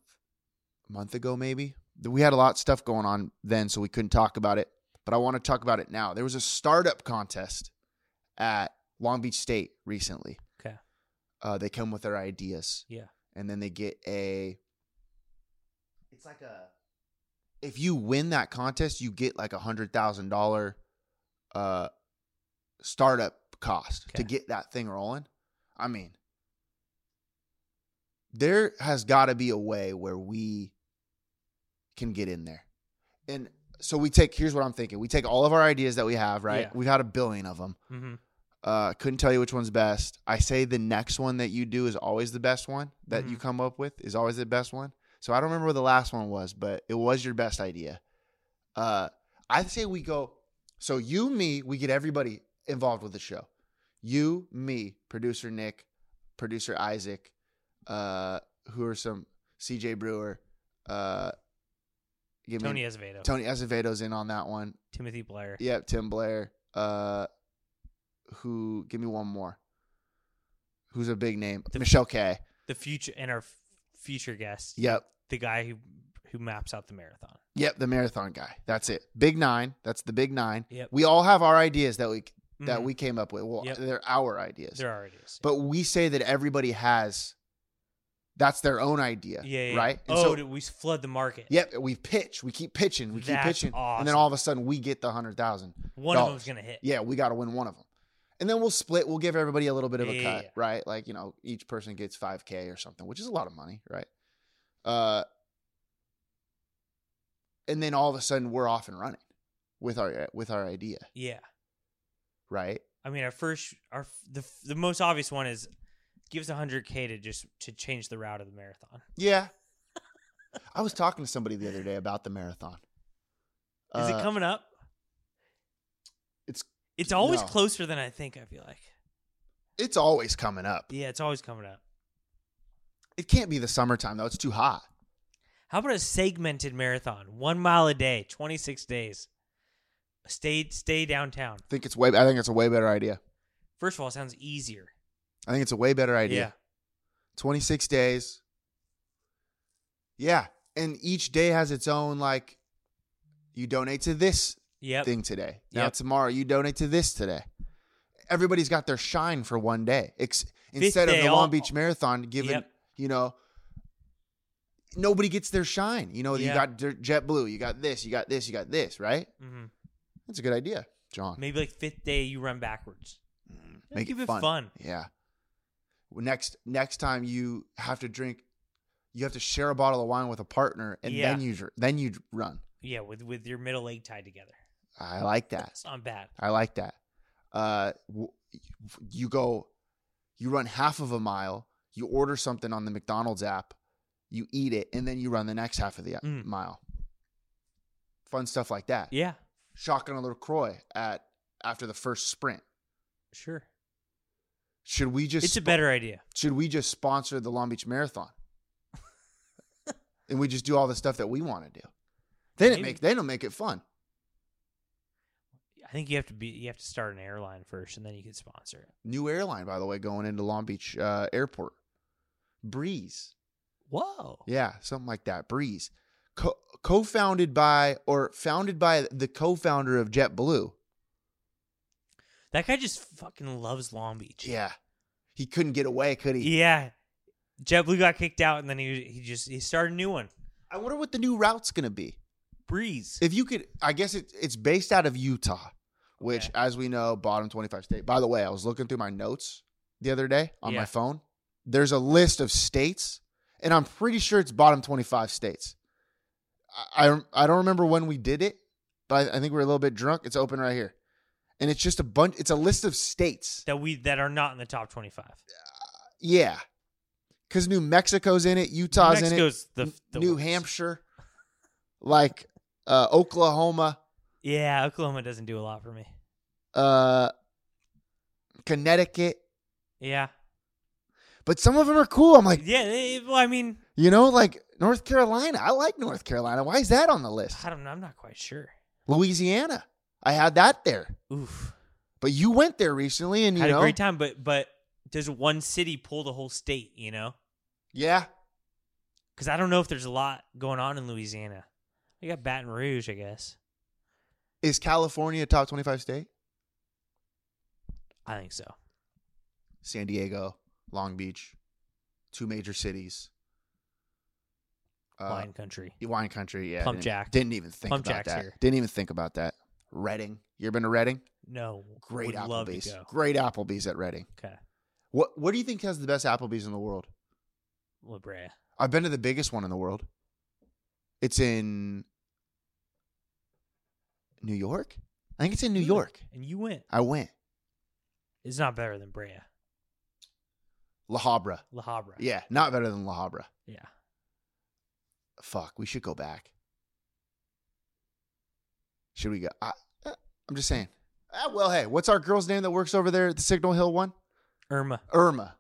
[SPEAKER 2] a month ago, maybe. We had a lot of stuff going on then, so we couldn't talk about it, but I want to talk about it now. There was a startup contest at Long Beach State recently.
[SPEAKER 3] Okay.
[SPEAKER 2] Uh, they come with their ideas.
[SPEAKER 3] Yeah.
[SPEAKER 2] And then they get a, it's like a, if you win that contest, you get like a hundred thousand dollar uh startup cost to
[SPEAKER 3] Okay.
[SPEAKER 2] get that thing rolling. I mean, there has got to be a way where we can get in there. And so we take, here's what I'm thinking. We take all of our ideas that we have, right?
[SPEAKER 3] Yeah.
[SPEAKER 2] We've had a billion of them.
[SPEAKER 3] Mm-hmm.
[SPEAKER 2] Uh, couldn't tell you which one's best. I say the next one that you do is always the best one that you come up with is always the best one. So I don't remember what the last one was, but it was your best idea. Uh, I say we go. So you, me, we get everybody involved with the show. You, me, producer Nick, producer Isaac, uh, who are some CJ Brewer, uh, give
[SPEAKER 3] Tony
[SPEAKER 2] me
[SPEAKER 3] Azevedo,
[SPEAKER 2] Tony Azevedo's in on that one.
[SPEAKER 3] Timothy Blair.
[SPEAKER 2] Yep, Tim Blair. Uh, who? Give me one more. Who's a big name?
[SPEAKER 3] The-
[SPEAKER 2] Michelle K.
[SPEAKER 3] the future and our f- future guest.
[SPEAKER 2] Yep,
[SPEAKER 3] the guy who who maps out the marathon.
[SPEAKER 2] yep. The marathon guy. That's it. Big nine. That's the big nine.
[SPEAKER 3] Yep.
[SPEAKER 2] We all have our ideas that we that
[SPEAKER 3] Mhm.
[SPEAKER 2] we came up with. Well,
[SPEAKER 3] Yep.
[SPEAKER 2] they're our ideas.
[SPEAKER 3] there already is.
[SPEAKER 2] but we say that everybody has. That's their own idea.
[SPEAKER 3] yeah, yeah, yeah.
[SPEAKER 2] Right. And
[SPEAKER 3] oh,
[SPEAKER 2] so-
[SPEAKER 3] did we flood the market.
[SPEAKER 2] Yep, we pitch. We keep pitching. We keep
[SPEAKER 3] That's
[SPEAKER 2] pitching, and then
[SPEAKER 3] awesome.
[SPEAKER 2] all of a sudden we get the hundred thousand.
[SPEAKER 3] one of them's
[SPEAKER 2] dollars.
[SPEAKER 3] gonna hit.
[SPEAKER 2] yeah, we got to win one of them. And then we'll split. We'll give everybody a little bit of a
[SPEAKER 3] Yeah, yeah,
[SPEAKER 2] cut,
[SPEAKER 3] yeah.
[SPEAKER 2] right? Like, you know, each person gets 5K or something, which is a lot of money, right? Uh, and then all of a sudden we're off and running with our with our idea,
[SPEAKER 3] yeah.
[SPEAKER 2] right?
[SPEAKER 3] I mean, our first, our f- the f- the most obvious one is give us hundred k to just to change the route of the marathon.
[SPEAKER 2] Yeah. I was talking to somebody the other day about the marathon.
[SPEAKER 3] Is
[SPEAKER 2] Uh,
[SPEAKER 3] it coming up?
[SPEAKER 2] it's-
[SPEAKER 3] it's always
[SPEAKER 2] no.
[SPEAKER 3] closer than I think. I feel like.
[SPEAKER 2] It's always coming up.
[SPEAKER 3] Yeah, it's always coming up.
[SPEAKER 2] It can't be the summertime though; it's too hot.
[SPEAKER 3] How about a segmented marathon, one mile a day, twenty six days. Stay stay downtown.
[SPEAKER 2] I think it's way. I think it's a way better idea.
[SPEAKER 3] First of all, it sounds easier.
[SPEAKER 2] I think it's a way better idea.
[SPEAKER 3] Yeah.
[SPEAKER 2] 26 days. Yeah. And each day has its own, like, you donate to this
[SPEAKER 3] Yep.
[SPEAKER 2] thing today. Now,
[SPEAKER 3] Yep.
[SPEAKER 2] tomorrow, you donate to this today. Everybody's got their shine for one day. Ex- instead of
[SPEAKER 3] day,
[SPEAKER 2] the Long
[SPEAKER 3] all-
[SPEAKER 2] Beach Marathon, given,
[SPEAKER 3] Yep.
[SPEAKER 2] you know, nobody gets their shine. You know, you
[SPEAKER 3] Yeah.
[SPEAKER 2] got J- JetBlue, you got this, you got this, you got this, right?
[SPEAKER 3] hmm
[SPEAKER 2] That's a good idea, John.
[SPEAKER 3] Maybe like fifth day you run backwards.
[SPEAKER 2] Make
[SPEAKER 3] Give
[SPEAKER 2] it
[SPEAKER 3] it
[SPEAKER 2] fun.
[SPEAKER 3] fun.
[SPEAKER 2] Yeah. Well, Next next time you have to drink, you have to share a bottle of wine with a partner, and
[SPEAKER 3] Yeah.
[SPEAKER 2] then you dr- then you run.
[SPEAKER 3] Yeah, with with your middle leg tied together.
[SPEAKER 2] I like that.
[SPEAKER 3] It's not bad.
[SPEAKER 2] I like that. Uh, w- you go, you run half of a mile. You order something on the McDonald's app, you eat it, and then you run the next half of the uh,
[SPEAKER 3] Mm.
[SPEAKER 2] mile. Fun stuff like that.
[SPEAKER 3] Yeah,
[SPEAKER 2] Shotgun a LaCroix at after the first sprint.
[SPEAKER 3] sure.
[SPEAKER 2] Should we just
[SPEAKER 3] It's a better idea.
[SPEAKER 2] should we just sponsor the Long Beach Marathon? and we just do all the stuff that we want to do. Then it
[SPEAKER 3] Maybe.
[SPEAKER 2] make then it'll make it fun.
[SPEAKER 3] I think you have to be you have to start an airline first, and then you can sponsor it.
[SPEAKER 2] New airline, by the way, going into Long Beach uh, Airport. Breeze,
[SPEAKER 3] Whoa.
[SPEAKER 2] yeah, something like that. Breeze, Co- co-founded by or founded by the co-founder of JetBlue.
[SPEAKER 3] That guy just fucking loves Long Beach.
[SPEAKER 2] Yeah, he couldn't get away, could he?
[SPEAKER 3] Yeah. JetBlue got kicked out, and then he he just he started a new one.
[SPEAKER 2] I wonder what the new route's gonna be.
[SPEAKER 3] Breeze.
[SPEAKER 2] If you could, I guess it, it's based out of Utah, which,
[SPEAKER 3] Okay.
[SPEAKER 2] as we know, bottom 25 state. By the way, I was looking through my notes the other day on my
[SPEAKER 3] Yeah.
[SPEAKER 2] phone. There's a list of states, and I'm pretty sure it's bottom 25 states. I, I, I don't remember when we did it, but I, I think we were a little bit drunk. It's open right here. And it's just a bunch, it's a list of states.
[SPEAKER 3] that we that are not in the top twenty five.
[SPEAKER 2] Yeah. Because New Mexico's in it, Utah's in it,
[SPEAKER 3] Mexico's the, the
[SPEAKER 2] New
[SPEAKER 3] worst.
[SPEAKER 2] Hampshire, like uh, Oklahoma.
[SPEAKER 3] Yeah, Oklahoma doesn't do a lot for me.
[SPEAKER 2] uh Connecticut,
[SPEAKER 3] Yeah.
[SPEAKER 2] but some of them are cool. I'm like,
[SPEAKER 3] Yeah. they- well, I mean,
[SPEAKER 2] you know, like North Carolina. I like North Carolina. Why is that on the list?
[SPEAKER 3] I don't know. I'm not quite sure.
[SPEAKER 2] Louisiana. I had that there.
[SPEAKER 3] Oof.
[SPEAKER 2] But you went there recently, and you
[SPEAKER 3] Had
[SPEAKER 2] know,
[SPEAKER 3] a great time, but but does one city pull the whole state? You know,
[SPEAKER 2] yeah,
[SPEAKER 3] because I don't know if there's a lot going on in Louisiana. We got Baton Rouge, I guess.
[SPEAKER 2] is California a top twenty-five state?
[SPEAKER 3] I think so.
[SPEAKER 2] San Diego, Long Beach, two major cities. Uh,
[SPEAKER 3] Wine country.
[SPEAKER 2] wine country. Yeah,
[SPEAKER 3] Plum
[SPEAKER 2] didn't,
[SPEAKER 3] Jack.
[SPEAKER 2] Didn't even think
[SPEAKER 3] Plum
[SPEAKER 2] about
[SPEAKER 3] Jack's
[SPEAKER 2] that.
[SPEAKER 3] here.
[SPEAKER 2] Didn't even think about that. Reading. You ever been to Reading?
[SPEAKER 3] No,
[SPEAKER 2] Great
[SPEAKER 3] would love to
[SPEAKER 2] Applebee's.
[SPEAKER 3] go.
[SPEAKER 2] Great Applebee's at Reading.
[SPEAKER 3] Okay,
[SPEAKER 2] What What do you think has the best Applebee's in the world?
[SPEAKER 3] La Brea.
[SPEAKER 2] I've been to the biggest one in the world. It's in New York. I think it's in New York.
[SPEAKER 3] and you went.
[SPEAKER 2] I went
[SPEAKER 3] It's not better than Brea,
[SPEAKER 2] La Habra.
[SPEAKER 3] La Habra.
[SPEAKER 2] Yeah, not better than La Habra.
[SPEAKER 3] yeah.
[SPEAKER 2] Fuck, we should go back. Should we go? I, uh, I'm just saying. Ah, well, hey, what's our girl's name that works over there at the Signal Hill one?
[SPEAKER 3] Irma.
[SPEAKER 2] Irma.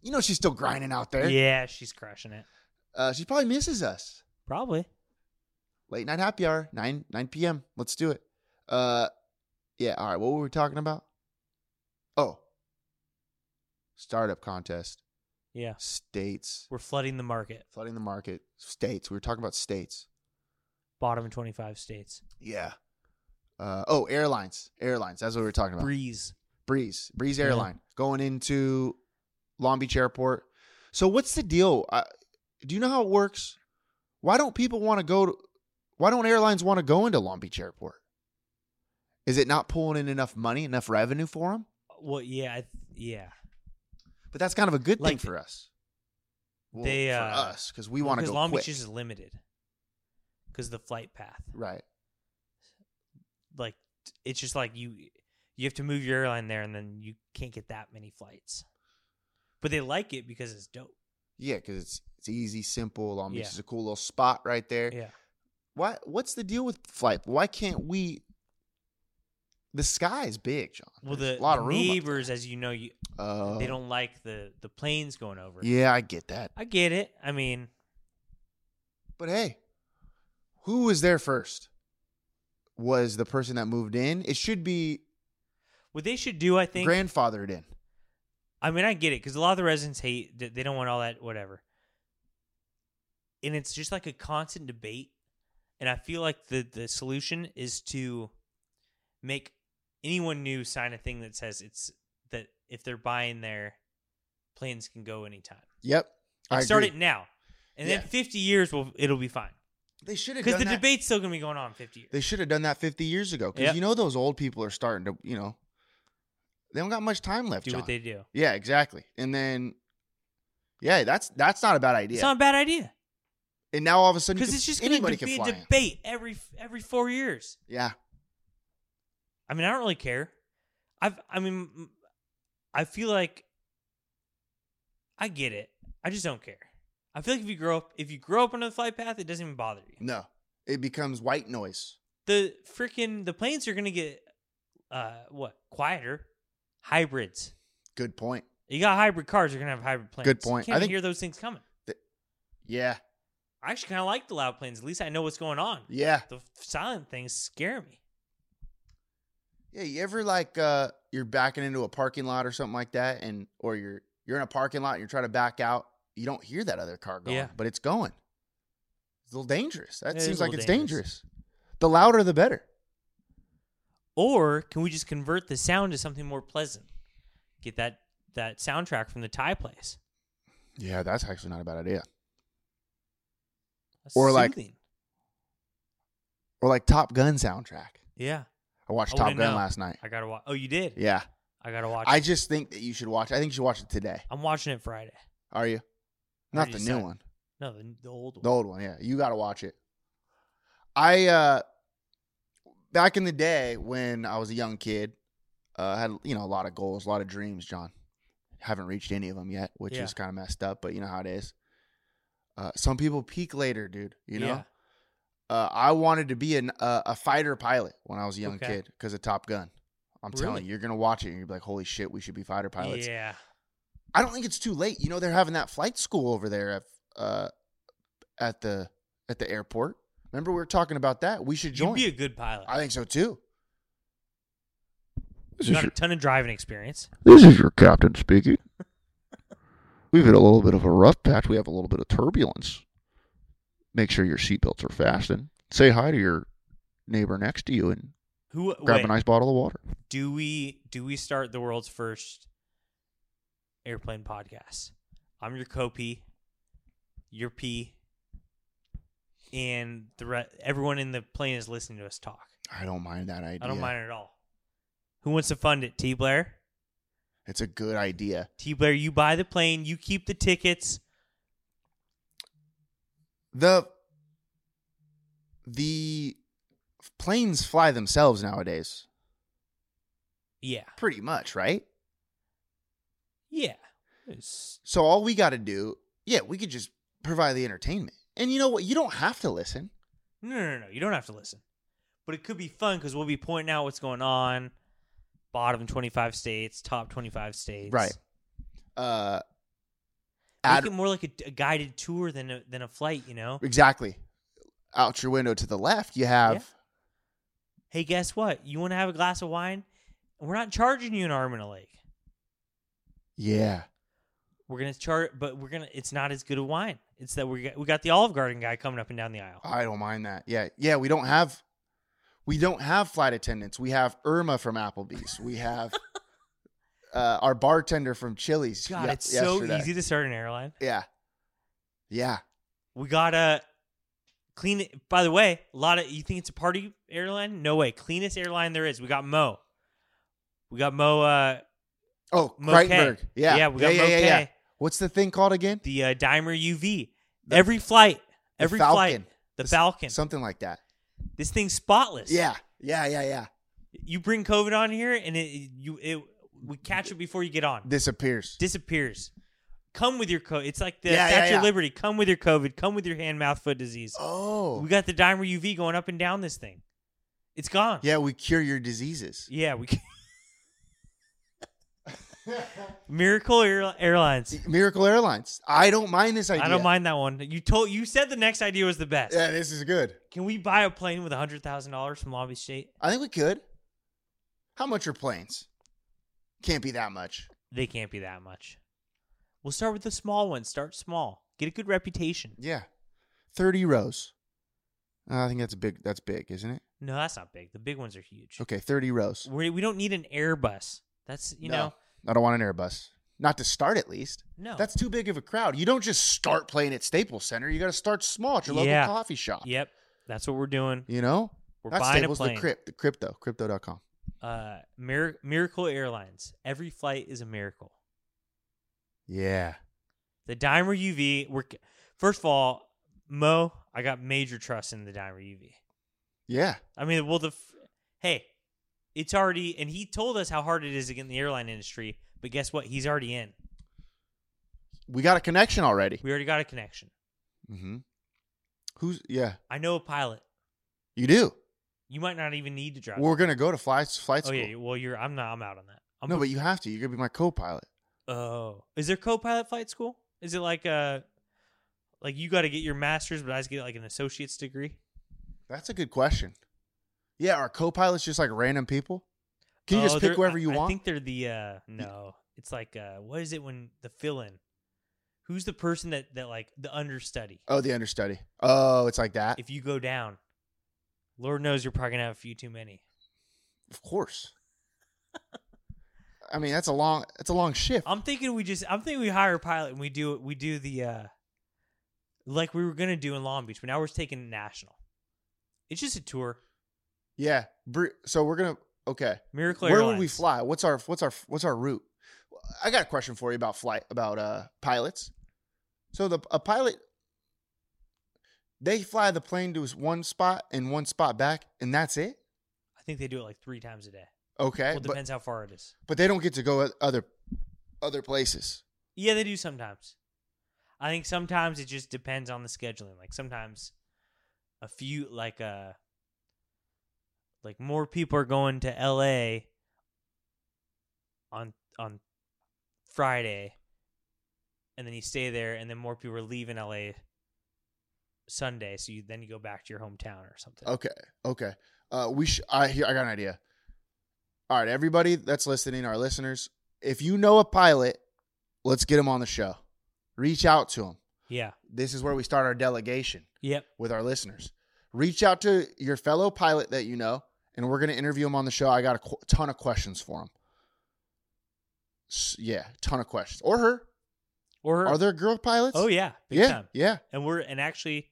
[SPEAKER 2] You know she's still grinding out there.
[SPEAKER 3] Yeah, she's crushing it.
[SPEAKER 2] Uh, she probably misses us.
[SPEAKER 3] Probably.
[SPEAKER 2] Late night happy hour, nine nine p.m. Let's do it. Uh, yeah. All right. What were we talking about? Oh, startup contest,
[SPEAKER 3] Yeah,
[SPEAKER 2] states
[SPEAKER 3] we're flooding the market.
[SPEAKER 2] flooding the market, states. We were talking about states.
[SPEAKER 3] Bottom twenty-five states.
[SPEAKER 2] Yeah. Uh, oh, airlines, airlines. That's what we were talking about.
[SPEAKER 3] Breeze.
[SPEAKER 2] Breeze, Breeze
[SPEAKER 3] Yeah.
[SPEAKER 2] Airline going into Long Beach Airport. So what's the deal? Uh, do you know how it works? Why don't people want to go to? Why don't airlines want to go into Long Beach Airport? Is it not pulling in enough money, enough revenue for them?
[SPEAKER 3] Well, yeah, I th- yeah.
[SPEAKER 2] But that's kind of a good thing
[SPEAKER 3] Like-
[SPEAKER 2] for us. Well,
[SPEAKER 3] They,
[SPEAKER 2] for
[SPEAKER 3] uh,
[SPEAKER 2] us because we want to
[SPEAKER 3] Because
[SPEAKER 2] go
[SPEAKER 3] Long
[SPEAKER 2] quick,
[SPEAKER 3] Beach is limited because the flight path.
[SPEAKER 2] right?
[SPEAKER 3] Like t- it's just like you you have to move your airline there, and then you can't get that many flights. But they like it because it's dope.
[SPEAKER 2] Yeah, because it's it's easy, simple. Long Beach
[SPEAKER 3] Yeah.
[SPEAKER 2] is a cool little spot right there.
[SPEAKER 3] Yeah,
[SPEAKER 2] Why? What's the deal with flight? Why can't we? The sky is big, John.
[SPEAKER 3] well,
[SPEAKER 2] There's
[SPEAKER 3] the
[SPEAKER 2] a lot of room. up
[SPEAKER 3] neighbors, as you know, you,
[SPEAKER 2] Oh.
[SPEAKER 3] they don't like the the planes going over.
[SPEAKER 2] Yeah, I get that.
[SPEAKER 3] I get it. I mean,
[SPEAKER 2] But hey, who was there first? Was the person that moved in? It should be
[SPEAKER 3] what they should do, I think.
[SPEAKER 2] grandfathered in.
[SPEAKER 3] I mean, I get it because a lot of the residents hate that they don't want all that whatever, and it's just like a constant debate. And I feel like the the solution is to make anyone new sign a thing that says it's that if they're buying their planes can go anytime.
[SPEAKER 2] Yep. I
[SPEAKER 3] Like, start
[SPEAKER 2] agree.
[SPEAKER 3] it now, and
[SPEAKER 2] Yeah.
[SPEAKER 3] then fifty years will it'll be fine
[SPEAKER 2] They should have
[SPEAKER 3] because
[SPEAKER 2] done
[SPEAKER 3] the
[SPEAKER 2] that.
[SPEAKER 3] debate's still gonna be going on in fifty years.
[SPEAKER 2] They should have done that 50 years ago because
[SPEAKER 3] Yep.
[SPEAKER 2] you know those old people are starting to, you know, they don't got much time left.
[SPEAKER 3] do
[SPEAKER 2] John.
[SPEAKER 3] what they do.
[SPEAKER 2] Yeah, exactly. And then, yeah, that's that's not a bad idea.
[SPEAKER 3] It's not a bad idea
[SPEAKER 2] and now all of a sudden, you
[SPEAKER 3] because
[SPEAKER 2] can-
[SPEAKER 3] it's just gonna
[SPEAKER 2] anybody
[SPEAKER 3] be
[SPEAKER 2] can
[SPEAKER 3] be
[SPEAKER 2] fly.
[SPEAKER 3] a
[SPEAKER 2] in.
[SPEAKER 3] debate every every four years.
[SPEAKER 2] Yeah,
[SPEAKER 3] I mean, I don't really care. I've, I mean, m- I feel like I get it. I just don't care. I feel like if you grow up, if you grow up on the flight path, it doesn't even bother you.
[SPEAKER 2] no, it becomes white noise.
[SPEAKER 3] The freaking the planes are gonna get, uh, what quieter, hybrids.
[SPEAKER 2] Good point.
[SPEAKER 3] You got hybrid cars, you're gonna have hybrid planes.
[SPEAKER 2] Good point.
[SPEAKER 3] You can't
[SPEAKER 2] I think-
[SPEAKER 3] hear those things coming.
[SPEAKER 2] Yeah,
[SPEAKER 3] I actually kind of like the loud planes. At least I know what's going on.
[SPEAKER 2] yeah.
[SPEAKER 3] The f- silent things scare me.
[SPEAKER 2] Yeah, you ever like uh you're backing into a parking lot or something like that and or you're you're in a parking lot and you're trying to back out, you don't hear that other car going,
[SPEAKER 3] Yeah.
[SPEAKER 2] but it's going. It's a little dangerous. That
[SPEAKER 3] It is
[SPEAKER 2] seems
[SPEAKER 3] a
[SPEAKER 2] like
[SPEAKER 3] little
[SPEAKER 2] it's dangerous.
[SPEAKER 3] dangerous.
[SPEAKER 2] The louder the better.
[SPEAKER 3] Or can we just convert the sound to something more pleasant? Get that that soundtrack from the Thai place.
[SPEAKER 2] Yeah, that's actually not a bad idea. Or like-
[SPEAKER 3] Soothing.
[SPEAKER 2] Or like Top Gun soundtrack.
[SPEAKER 3] yeah.
[SPEAKER 2] I watched
[SPEAKER 3] I
[SPEAKER 2] Top
[SPEAKER 3] wouldn't
[SPEAKER 2] Gun
[SPEAKER 3] know.
[SPEAKER 2] last night.
[SPEAKER 3] I gotta watch. Oh, you did.
[SPEAKER 2] Yeah.
[SPEAKER 3] I gotta Oh, watch.
[SPEAKER 2] I
[SPEAKER 3] I,
[SPEAKER 2] just think that you should watch I think you should watch it today.
[SPEAKER 3] I'm watching it Friday.
[SPEAKER 2] Are you? Not
[SPEAKER 3] already
[SPEAKER 2] the new
[SPEAKER 3] decided.
[SPEAKER 2] one.
[SPEAKER 3] No, the, the old one.
[SPEAKER 2] The old one, yeah. You got to watch it. I uh back in the day when I was a young kid, uh had you know a lot of goals, a lot of dreams, John. Haven't reached any of them yet, which
[SPEAKER 3] Yeah.
[SPEAKER 2] is kind of messed up, but you know how it is. Uh some people peak later, dude, you know?
[SPEAKER 3] Yeah.
[SPEAKER 2] Uh I wanted to be an uh, a fighter pilot when I was a young
[SPEAKER 3] Okay.
[SPEAKER 2] kid cuz of Top Gun. I'm telling
[SPEAKER 3] Really?
[SPEAKER 2] you, you're going to watch it and you're gonna be like, "Holy shit, we should be fighter pilots."
[SPEAKER 3] Yeah.
[SPEAKER 2] I don't think it's too late. You know, they're having that flight school over there at uh, at the at the airport. Remember, we were talking about that. We should
[SPEAKER 3] You'd
[SPEAKER 2] join.
[SPEAKER 3] be a good pilot.
[SPEAKER 2] I think so too.
[SPEAKER 4] This is
[SPEAKER 3] Not a
[SPEAKER 4] your,
[SPEAKER 3] ton of driving experience.
[SPEAKER 4] this is your captain speaking. We've had a little bit of a rough patch. We have a little bit of turbulence. Make sure your seatbelts are fastened. Say hi to your neighbor next to you and
[SPEAKER 3] Who
[SPEAKER 4] grab
[SPEAKER 3] wait,
[SPEAKER 4] a nice bottle of water.
[SPEAKER 3] do we do we start the world's first airplane podcast? I'm your co-p, your p, and the re- everyone in the plane is listening to us talk.
[SPEAKER 2] I don't mind that idea.
[SPEAKER 3] I don't mind it at all. Who wants to fund it? T Blair.
[SPEAKER 2] It's a good idea.
[SPEAKER 3] T Blair, you buy the plane, you keep the tickets.
[SPEAKER 2] The the planes fly themselves nowadays,
[SPEAKER 3] Yeah,
[SPEAKER 2] pretty much, right?
[SPEAKER 3] yeah. It's-
[SPEAKER 2] So all we got to do, yeah, we could just provide the entertainment. And you know what? You don't have to listen.
[SPEAKER 3] no, no, no, no. You don't have to listen, but it could be fun because we'll be pointing out what's going on. Bottom twenty-five states, top twenty-five states.
[SPEAKER 2] Right. Uh,
[SPEAKER 3] Make
[SPEAKER 2] ad-
[SPEAKER 3] it more like a, a guided tour than a, than a flight, you know.
[SPEAKER 2] exactly. Out your window to the left, you have.
[SPEAKER 3] Hey, guess what? You want to have a glass of wine? We're not charging you an arm and a leg.
[SPEAKER 2] Yeah.
[SPEAKER 3] We're gonna charge, but we're gonna. It's not as good a wine. It's that we got, we got the Olive Garden guy coming up and down the aisle.
[SPEAKER 2] I don't mind that. Yeah. Yeah. We don't have. We don't have flight attendants. We have Irma from Applebee's. We have uh, our bartender from Chili's.
[SPEAKER 3] God,
[SPEAKER 2] ye-
[SPEAKER 3] it's so
[SPEAKER 2] yesterday.
[SPEAKER 3] easy to start an airline.
[SPEAKER 2] Yeah. Yeah.
[SPEAKER 3] We gotta clean it. By the way, a lot of you think it's a party airline? No way. Cleanest airline there is. We got Mo. We got Mo. Uh,
[SPEAKER 2] Oh,
[SPEAKER 3] Mo
[SPEAKER 2] Kreitberg.
[SPEAKER 3] K.
[SPEAKER 2] Yeah.
[SPEAKER 3] yeah. We got
[SPEAKER 2] yeah,
[SPEAKER 3] Mo
[SPEAKER 2] yeah,
[SPEAKER 3] K.
[SPEAKER 2] yeah, yeah. What's the thing called again?
[SPEAKER 3] The uh, Dimer UV. every flight.
[SPEAKER 2] the
[SPEAKER 3] Every
[SPEAKER 2] Falcon.
[SPEAKER 3] flight. The
[SPEAKER 2] S-
[SPEAKER 3] Falcon.
[SPEAKER 2] Something like that.
[SPEAKER 3] this thing's spotless.
[SPEAKER 2] Yeah. Yeah. Yeah. Yeah.
[SPEAKER 3] You bring COVID on here, and it you it we catch it before you get on.
[SPEAKER 2] Disappears.
[SPEAKER 3] Disappears. Come with your COVID. It's like the
[SPEAKER 2] Yeah, yeah,
[SPEAKER 3] Statue
[SPEAKER 2] yeah.
[SPEAKER 3] of Liberty. Come with your COVID. Come with your hand, mouth, foot disease.
[SPEAKER 2] oh.
[SPEAKER 3] We got the Dimer UV going up and down this thing. It's gone.
[SPEAKER 2] yeah. We cure your diseases.
[SPEAKER 3] Yeah, we. Can. Miracle Air- Airlines.
[SPEAKER 2] Miracle Airlines. I don't mind this idea.
[SPEAKER 3] I don't mind that one. You told you said the next idea was the best.
[SPEAKER 2] Yeah, this is good.
[SPEAKER 3] Can we buy a plane with hundred thousand dollars from Long Beach State?
[SPEAKER 2] I think we could. How much are planes? Can't be that much.
[SPEAKER 3] They can't be that much. We'll start with the small one. Start small. Get a good reputation.
[SPEAKER 2] Yeah, thirty rows. Uh, I think that's big. That's big, isn't it?
[SPEAKER 3] No, that's not big. The big ones are huge.
[SPEAKER 2] Okay, thirty rows.
[SPEAKER 3] We we don't need an Airbus. That's you
[SPEAKER 2] No.
[SPEAKER 3] know
[SPEAKER 2] I don't want an Airbus. Not to start, at least.
[SPEAKER 3] no.
[SPEAKER 2] That's too big of a crowd. You don't just start playing at Staples Center. You got to start small at your local
[SPEAKER 3] Yeah.
[SPEAKER 2] coffee shop.
[SPEAKER 3] yep. That's what we're doing.
[SPEAKER 2] You know,
[SPEAKER 3] We're
[SPEAKER 2] not
[SPEAKER 3] buying
[SPEAKER 2] Staples.
[SPEAKER 3] a plane.
[SPEAKER 2] The crypt, the crypto, crypto.com.
[SPEAKER 3] Uh, Mir- Miracle Airlines. Every flight is a miracle.
[SPEAKER 2] Yeah.
[SPEAKER 3] The Dimer UV. We're first of all, Mo. I got major trust in the Dimer UV.
[SPEAKER 2] Yeah.
[SPEAKER 3] I mean, well, the f- hey, it's already, and he told us how hard it is to get in the airline industry. But guess what? He's already in.
[SPEAKER 2] We got a connection already.
[SPEAKER 3] We already got a connection.
[SPEAKER 2] Mm-hmm. Who's? Yeah.
[SPEAKER 3] I know a pilot.
[SPEAKER 2] You do.
[SPEAKER 3] You might not even need to drive.
[SPEAKER 2] We're gonna go to fly flight
[SPEAKER 3] oh
[SPEAKER 2] school.
[SPEAKER 3] yeah. Well, you're. I'm not. I'm out on that. I'm
[SPEAKER 2] no, but you have to. You're gonna be my co-pilot.
[SPEAKER 3] Oh, is there co-pilot flight school? Is it like uh like you got to get your master's, but I just get like an associate's degree?
[SPEAKER 2] That's a good question. Yeah, are co-pilots just like random people? Can you
[SPEAKER 3] Oh,
[SPEAKER 2] just pick
[SPEAKER 3] they're-
[SPEAKER 2] whoever
[SPEAKER 3] I-
[SPEAKER 2] you want?
[SPEAKER 3] I think they're the uh no. It's like uh what is it when the fill-in? Who's the person that that like the understudy?
[SPEAKER 2] oh, the understudy. Oh, it's like that.
[SPEAKER 3] If you go down, Lord knows you're probably gonna have a few too many.
[SPEAKER 2] of course. I mean, that's a long. That's a long shift.
[SPEAKER 3] I'm thinking we just I'm thinking we hire a pilot and we do we do the uh like we were gonna do in Long Beach, but now we're taking it national. It's just a tour.
[SPEAKER 2] yeah. Br- So we're gonna. Okay.
[SPEAKER 3] Miracle
[SPEAKER 2] Where
[SPEAKER 3] Airlines.
[SPEAKER 2] would we fly? What's our what's our what's our route? I got a question for you about flight about uh pilots. So the a pilot they fly the plane to one spot and one spot back and that's it?
[SPEAKER 3] I think they do it like three times a day.
[SPEAKER 2] Okay.
[SPEAKER 3] Well, it
[SPEAKER 2] but
[SPEAKER 3] depends how far it is.
[SPEAKER 2] but they don't get to go o- other other places.
[SPEAKER 3] Yeah, they do sometimes. I think sometimes it just depends on the scheduling. Like sometimes a few like uh like more people are going to LA on on Friday and then you stay there and then more people are leaving LA Sunday, so you then you go back to your hometown or something.
[SPEAKER 2] Okay. Okay. Uh we sh- I here I got an idea. All right, everybody that's listening, our listeners, if you know a pilot, let's get him on the show. Reach out to him.
[SPEAKER 3] Yeah.
[SPEAKER 2] This is where we start our delegation
[SPEAKER 3] Yep.
[SPEAKER 2] with our listeners. Reach out to your fellow pilot that you know, and we're going to interview him on the show. I got a qu- ton of questions for him. S- yeah, ton of questions. Or her.
[SPEAKER 3] Or
[SPEAKER 2] Are there girl pilots?
[SPEAKER 3] Oh yeah. Big
[SPEAKER 2] yeah,
[SPEAKER 3] time.
[SPEAKER 2] yeah.
[SPEAKER 3] And we're and actually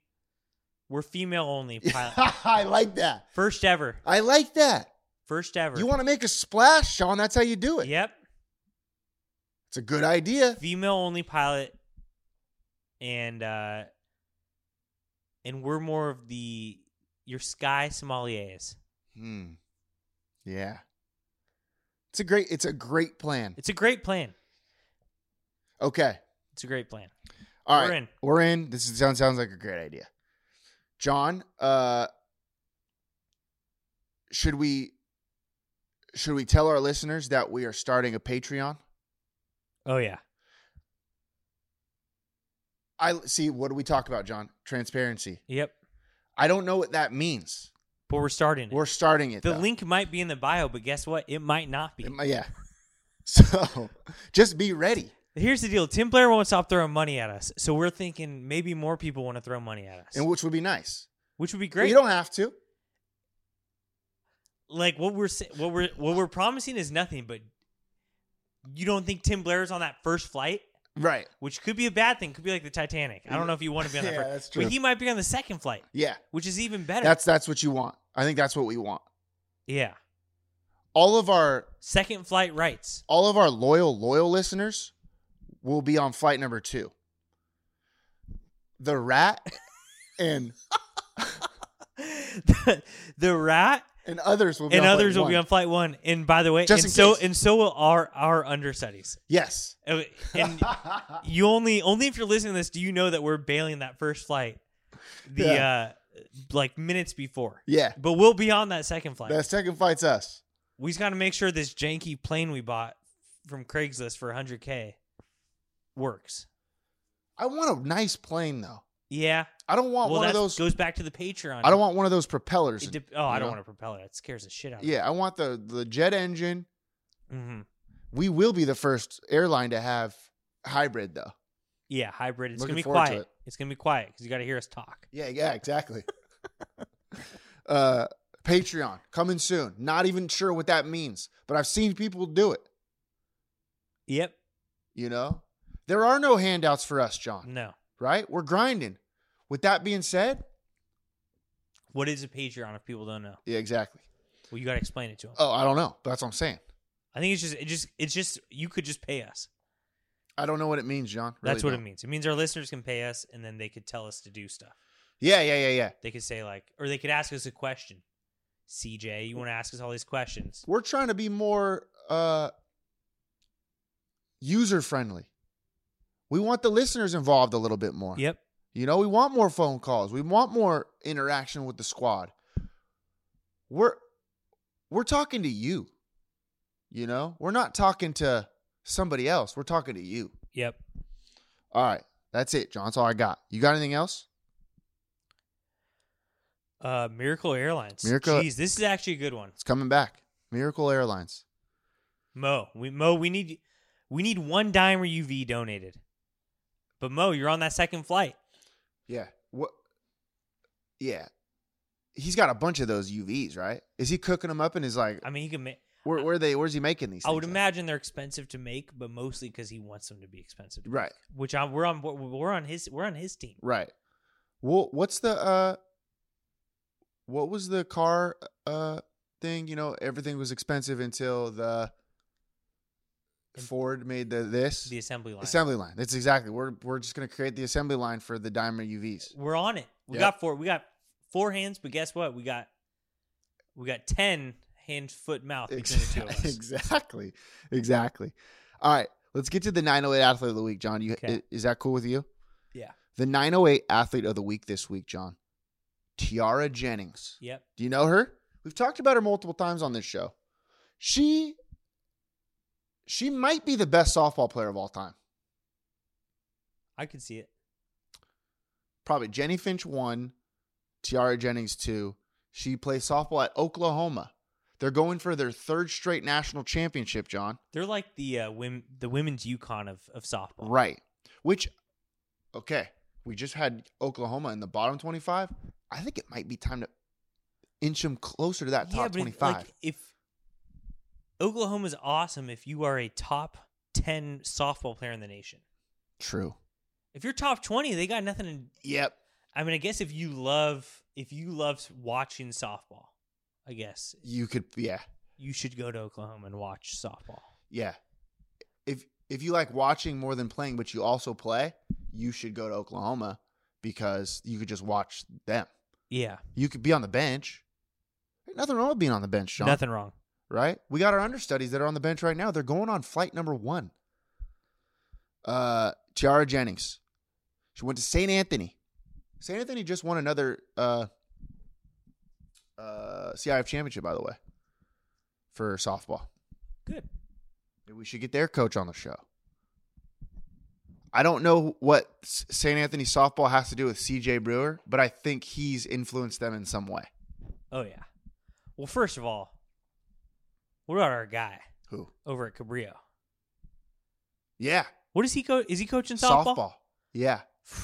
[SPEAKER 3] we're female only pilot.
[SPEAKER 2] I like that.
[SPEAKER 3] First ever.
[SPEAKER 2] I like that.
[SPEAKER 3] First ever.
[SPEAKER 2] You want to make a splash, Sean? That's how you do it.
[SPEAKER 3] Yep.
[SPEAKER 2] It's a good idea.
[SPEAKER 3] Female only pilot. And uh and we're more of the your sky sommeliers.
[SPEAKER 2] Hmm. Yeah. It's a great. It's a great plan.
[SPEAKER 3] It's a great plan.
[SPEAKER 2] Okay.
[SPEAKER 3] It's a great plan.
[SPEAKER 2] All
[SPEAKER 3] We're
[SPEAKER 2] right.
[SPEAKER 3] in.
[SPEAKER 2] We're in. This is- sounds sounds like a great idea. John, uh, should we should we tell our listeners that we are starting a Patreon?
[SPEAKER 3] Oh yeah.
[SPEAKER 2] I see. What do we talk about, John? Transparency.
[SPEAKER 3] Yep.
[SPEAKER 2] I don't know what that means.
[SPEAKER 3] But we're starting it.
[SPEAKER 2] We're starting it.
[SPEAKER 3] the
[SPEAKER 2] though.
[SPEAKER 3] link might be in the bio, but guess what? It might not be.
[SPEAKER 2] It might- Yeah. So just be ready.
[SPEAKER 3] Here's the deal. Tim Blair won't stop throwing money at us. So we're thinking maybe more people want to throw money at us.
[SPEAKER 2] And which would be nice.
[SPEAKER 3] which would be great.
[SPEAKER 2] You don't have to.
[SPEAKER 3] like what we're sa- what we're what we're promising is nothing but you don't think Tim Blair's on that first flight,
[SPEAKER 2] Right.
[SPEAKER 3] which could be a bad thing, could be like the Titanic. I don't know if you want to be on that
[SPEAKER 2] Yeah,
[SPEAKER 3] first.
[SPEAKER 2] that's true.
[SPEAKER 3] But he might be on the second flight,
[SPEAKER 2] Yeah.
[SPEAKER 3] which is even better.
[SPEAKER 2] That's that's what you want. I think that's what we want.
[SPEAKER 3] yeah.
[SPEAKER 2] All of our
[SPEAKER 3] Second flight rights.
[SPEAKER 2] all of our loyal loyal listeners will be on flight number 2. The rat and
[SPEAKER 3] the, the rat
[SPEAKER 2] and others will be
[SPEAKER 3] and
[SPEAKER 2] on
[SPEAKER 3] others
[SPEAKER 2] flight
[SPEAKER 3] will
[SPEAKER 2] one.
[SPEAKER 3] be on flight 1. And by the way,
[SPEAKER 2] Just
[SPEAKER 3] and
[SPEAKER 2] in
[SPEAKER 3] so
[SPEAKER 2] case.
[SPEAKER 3] and so will our our understudies.
[SPEAKER 2] Yes.
[SPEAKER 3] Uh, And you only only if you're listening to this do you know that we're bailing that first flight the uh like minutes before.
[SPEAKER 2] Yeah.
[SPEAKER 3] But we'll be on that second flight.
[SPEAKER 2] The second flight's us.
[SPEAKER 3] We've got to make sure this janky plane we bought from Craigslist for 100k works.
[SPEAKER 2] I want a nice plane though.
[SPEAKER 3] Yeah.
[SPEAKER 2] I don't want
[SPEAKER 3] well,
[SPEAKER 2] Oh, one
[SPEAKER 3] that
[SPEAKER 2] of those
[SPEAKER 3] goes back to the Patreon.
[SPEAKER 2] I don't want one of those propellers.
[SPEAKER 3] It
[SPEAKER 2] in-
[SPEAKER 3] dep- oh, I
[SPEAKER 2] you
[SPEAKER 3] don't
[SPEAKER 2] know?
[SPEAKER 3] want a propeller. That scares the shit out of me.
[SPEAKER 2] Yeah, I want the the jet engine.
[SPEAKER 3] Mm-hmm.
[SPEAKER 2] We will be the first airline to have hybrid though.
[SPEAKER 3] Yeah, hybrid. It's
[SPEAKER 2] Looking
[SPEAKER 3] gonna be
[SPEAKER 2] forward to
[SPEAKER 3] quiet.
[SPEAKER 2] it.
[SPEAKER 3] It's gonna be quiet because you got to hear us talk.
[SPEAKER 2] Yeah, yeah, exactly. uh Patreon coming soon. Not even sure what that means, but I've seen people do it,
[SPEAKER 3] Yep.
[SPEAKER 2] you know? There are no handouts for us, John,
[SPEAKER 3] No.
[SPEAKER 2] right? We're grinding. With that being said,
[SPEAKER 3] What is a Patreon if people don't know?
[SPEAKER 2] yeah, exactly.
[SPEAKER 3] Well, you got to explain it to them.
[SPEAKER 2] Oh, I don't know. That's what I'm saying.
[SPEAKER 3] I think it's just it just it's just you could just pay us.
[SPEAKER 2] I don't know what it means, John.
[SPEAKER 3] That's what
[SPEAKER 2] Really
[SPEAKER 3] it
[SPEAKER 2] don't.
[SPEAKER 3] means. It means our listeners can pay us, and then they could tell us to do stuff.
[SPEAKER 2] Yeah, yeah, yeah, yeah.
[SPEAKER 3] They could say like, or they could ask us a question. CJ, you want to ask us all these questions?
[SPEAKER 2] We're trying to be more uh user friendly. We want the listeners involved a little bit more.
[SPEAKER 3] Yep.
[SPEAKER 2] You know, we want more phone calls. We want more interaction with the squad. We're we're talking to you. You know, we're not talking to somebody else. We're talking to you.
[SPEAKER 3] Yep.
[SPEAKER 2] All right. That's it, John. That's all I got. You got anything else?
[SPEAKER 3] Uh, Miracle Airlines.
[SPEAKER 2] Miracle-
[SPEAKER 3] Jeez, this is actually a good one.
[SPEAKER 2] It's coming back. Miracle Airlines.
[SPEAKER 3] Mo, we Mo, we need we need one dime or UV donated. But Mo, you're on that second flight.
[SPEAKER 2] Yeah. What Yeah. He's got a bunch of those UVs, right? Is he cooking them up and is like
[SPEAKER 3] I mean, he can. make.
[SPEAKER 2] where, where are they where's he making these
[SPEAKER 3] I would
[SPEAKER 2] things at?
[SPEAKER 3] imagine they're expensive to make, but mostly because he wants them to be expensive. to make,
[SPEAKER 2] Right.
[SPEAKER 3] Which I, we're on. We're on his. We're on his team.
[SPEAKER 2] Right. Well, what's the uh what was the car uh thing, you know, everything was expensive until the Ford made the this
[SPEAKER 3] The assembly line.
[SPEAKER 2] assembly line. That's exactly. We're we're just going to create the assembly line for the Daimler UVs.
[SPEAKER 3] we're on it. We
[SPEAKER 2] Yep.
[SPEAKER 3] got four. We got four hands, but guess what? We got we got ten hand, foot, mouth between the two of us.
[SPEAKER 2] exactly. Exactly. All right, let's get to the 908 athlete of the week, John. You
[SPEAKER 3] Okay.
[SPEAKER 2] is that cool with you?
[SPEAKER 3] Yeah.
[SPEAKER 2] The 908 athlete of the week this week, John. Tiara Jennings.
[SPEAKER 3] Yep.
[SPEAKER 2] Do you know her? We've talked about her multiple times on this show. She she might be the best softball player of all time.
[SPEAKER 3] I could see it.
[SPEAKER 2] Probably Jenny Finch one, Tiara Jennings two. She plays softball at Oklahoma. They're going for their third straight national championship, John.
[SPEAKER 3] They're like the uh, women, the women's UConn of of softball.
[SPEAKER 2] Right. Which, okay, we just had Oklahoma in the bottom 25. I think it might be time to inch them closer to that
[SPEAKER 3] yeah,
[SPEAKER 2] top
[SPEAKER 3] but
[SPEAKER 2] 25.
[SPEAKER 3] Like, if Oklahoma's awesome, if you are a top ten softball player in the nation,
[SPEAKER 2] True.
[SPEAKER 3] if you're top twenty, they got nothing. In,
[SPEAKER 2] Yep.
[SPEAKER 3] I mean, I guess if you love if you love watching softball, I guess
[SPEAKER 2] You could, yeah,
[SPEAKER 3] you should go to Oklahoma and watch softball.
[SPEAKER 2] yeah. If if you like watching more than playing, but you also play, you should go to Oklahoma because you could just watch them.
[SPEAKER 3] Yeah,
[SPEAKER 2] You could be on the bench. Ain't nothing wrong with being on the bench, John.
[SPEAKER 3] nothing wrong.
[SPEAKER 2] right? We got our understudies that are on the bench right now. They're going on flight number one. Uh, Tiara Jennings. She went to St. Anthony. St. Anthony just won another uh, uh, CIF championship, by the way, for softball.
[SPEAKER 3] Good.
[SPEAKER 2] Maybe we should get their coach on the show. I don't know what S- St. Anthony softball has to do with CJ Brewer, but I think he's influenced them in some way.
[SPEAKER 3] Oh yeah. Well, first of all, what about our guy
[SPEAKER 2] Who?
[SPEAKER 3] over at Cabrillo?
[SPEAKER 2] Yeah,
[SPEAKER 3] What is he co? Is he coaching
[SPEAKER 2] softball.
[SPEAKER 3] softball?
[SPEAKER 2] Yeah.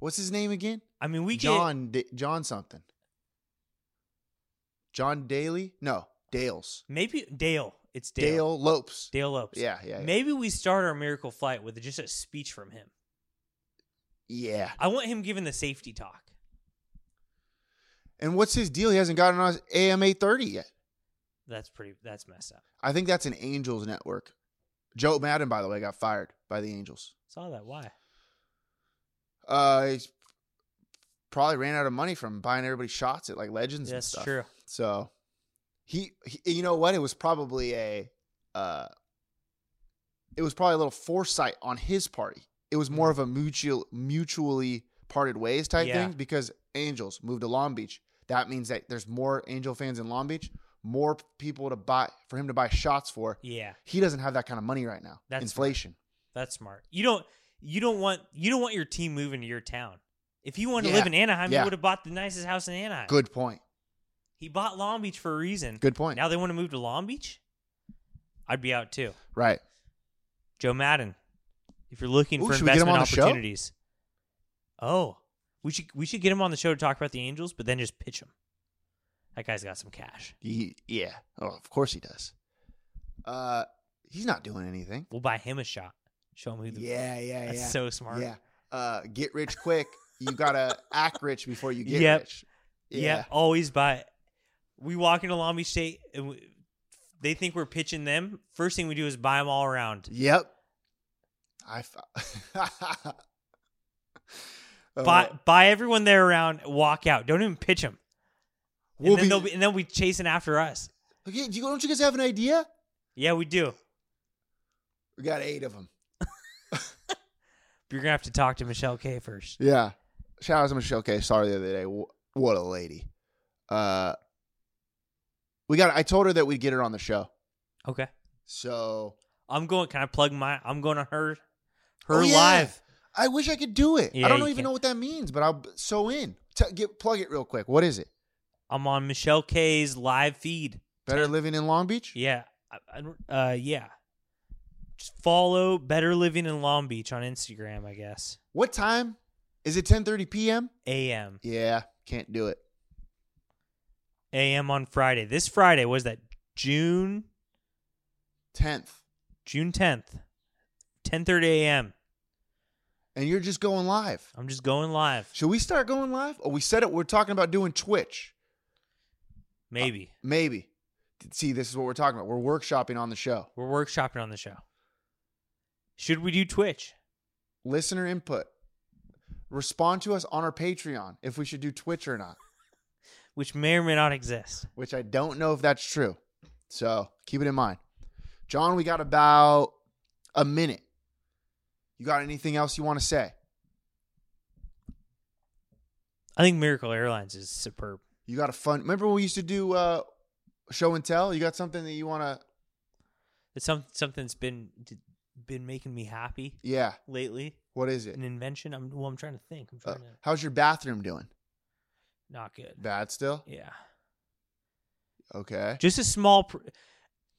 [SPEAKER 2] What's his name again?
[SPEAKER 3] I mean, we get
[SPEAKER 2] John Da- John something. John Daly? No, Dales.
[SPEAKER 3] maybe Dale. It's
[SPEAKER 2] Dale,
[SPEAKER 3] Dale.
[SPEAKER 2] Lopes.
[SPEAKER 3] Dale Lopes.
[SPEAKER 2] Yeah, yeah, yeah.
[SPEAKER 3] Maybe we start our miracle flight with just a speech from him.
[SPEAKER 2] Yeah.
[SPEAKER 3] I want him giving the safety talk.
[SPEAKER 2] And what's his deal? He hasn't gotten on his AMA 30 yet.
[SPEAKER 3] That's pretty. That's messed up.
[SPEAKER 2] I think that's an Angels network. Joe Madden, by the way, got fired by the Angels.
[SPEAKER 3] Saw that. Why?
[SPEAKER 2] Uh, he's probably ran out of money from buying everybody shots at like Legends. and
[SPEAKER 3] That's
[SPEAKER 2] stuff.
[SPEAKER 3] true.
[SPEAKER 2] So he, he, you know what? It was probably a, uh, it was probably a little foresight on his party. It was more of a mutual, mutually parted ways type
[SPEAKER 3] Mm. Yeah.
[SPEAKER 2] thing because Angels moved to Long Beach. That means that there's more Angel fans in Long Beach, more people to buy for him to buy shots for.
[SPEAKER 3] Yeah,
[SPEAKER 2] He doesn't have that kind of money right now.
[SPEAKER 3] That's smart.
[SPEAKER 2] Inflation.
[SPEAKER 3] that's smart. You don't. You don't want. You don't want your team moving to your town. If you wanted
[SPEAKER 2] Yeah,
[SPEAKER 3] to live in Anaheim,
[SPEAKER 2] yeah.
[SPEAKER 3] you would have bought the nicest house in Anaheim.
[SPEAKER 2] Good point.
[SPEAKER 3] He bought Long Beach for a reason.
[SPEAKER 2] Good point.
[SPEAKER 3] Now they want to move to Long Beach. I'd be out too.
[SPEAKER 2] right.
[SPEAKER 3] Joe Madden, if you're looking
[SPEAKER 2] Ooh,
[SPEAKER 3] for
[SPEAKER 2] should we get him
[SPEAKER 3] investment
[SPEAKER 2] on the show?
[SPEAKER 3] opportunities. Oh, we should we should get him on the show to talk about the Angels, but then just pitch him. That guy's got some cash.
[SPEAKER 2] He, yeah. Oh, of course he does. Uh, he's not doing anything.
[SPEAKER 3] We'll buy him a shot. Show him who the
[SPEAKER 2] Yeah, yeah,
[SPEAKER 3] That's
[SPEAKER 2] yeah.
[SPEAKER 3] so smart.
[SPEAKER 2] Yeah. Uh, get rich quick. You gotta act rich before you get
[SPEAKER 3] Yep.
[SPEAKER 2] rich.
[SPEAKER 3] Yeah, always buy. We walk into Long Beach State, and we, they think we're pitching them. First thing we do is buy them all around.
[SPEAKER 2] Yep. I. F- Uh,
[SPEAKER 3] buy buy everyone there around. Walk out. Don't even pitch them. And
[SPEAKER 2] We'll
[SPEAKER 3] then
[SPEAKER 2] be-
[SPEAKER 3] they'll be and they'll be chasing after us.
[SPEAKER 2] okay, do you, don't you guys have an idea?
[SPEAKER 3] Yeah, we do.
[SPEAKER 2] We got eight of them.
[SPEAKER 3] You're gonna have to talk to Michelle K first.
[SPEAKER 2] Yeah. Shout out to Michelle K. Sorry the other day. Wh- What a lady. Uh, we got. I told her that we'd get her on the show.
[SPEAKER 3] Okay.
[SPEAKER 2] So
[SPEAKER 3] I'm going. Can I plug my? I'm going on her, her
[SPEAKER 2] Oh, yeah.
[SPEAKER 3] live.
[SPEAKER 2] I wish I could do it.
[SPEAKER 3] Yeah,
[SPEAKER 2] I don't
[SPEAKER 3] you
[SPEAKER 2] even
[SPEAKER 3] can.
[SPEAKER 2] know what that means, but I'm so in. T- get plug it real quick. What is it?
[SPEAKER 3] I'm on Michelle K's live feed.
[SPEAKER 2] Better living in Long Beach.
[SPEAKER 3] Yeah, I, I don't- uh, yeah. Just follow Better Living in Long Beach on Instagram. I guess
[SPEAKER 2] What time? Is it 10:30 p.m.?
[SPEAKER 3] a.m.
[SPEAKER 2] Yeah, can't do it.
[SPEAKER 3] a.m. on Friday. This Friday was that June
[SPEAKER 2] 10th.
[SPEAKER 3] June 10th, 10:30 a.m.
[SPEAKER 2] And you're just going live.
[SPEAKER 3] I'm just going live.
[SPEAKER 2] Should we start going live? Oh, we said it. We're talking about doing Twitch.
[SPEAKER 3] Maybe
[SPEAKER 2] Maybe. See, this is what we're talking about. We're workshopping on the show.
[SPEAKER 3] we're workshopping on the show. Should we do Twitch?
[SPEAKER 2] Listener input. Respond to us on our Patreon if we should do Twitch or not,
[SPEAKER 3] Which may or may not exist.
[SPEAKER 2] which I don't know if that's true. So keep it in mind. John, we got about a minute. You got anything else you want to say?
[SPEAKER 3] I think Miracle Airlines is superb.
[SPEAKER 2] You got a fun. Remember when we used to do uh, show and tell? You got something that you want to?
[SPEAKER 3] It's some something's been been making me happy
[SPEAKER 2] Yeah.
[SPEAKER 3] lately.
[SPEAKER 2] What is it?
[SPEAKER 3] An invention. I'm well. I'm trying to think. I'm
[SPEAKER 2] Uh,
[SPEAKER 3] trying to
[SPEAKER 2] how's your bathroom doing?
[SPEAKER 3] not good.
[SPEAKER 2] Bad still?
[SPEAKER 3] Yeah.
[SPEAKER 2] Okay.
[SPEAKER 3] Just a small. Pr-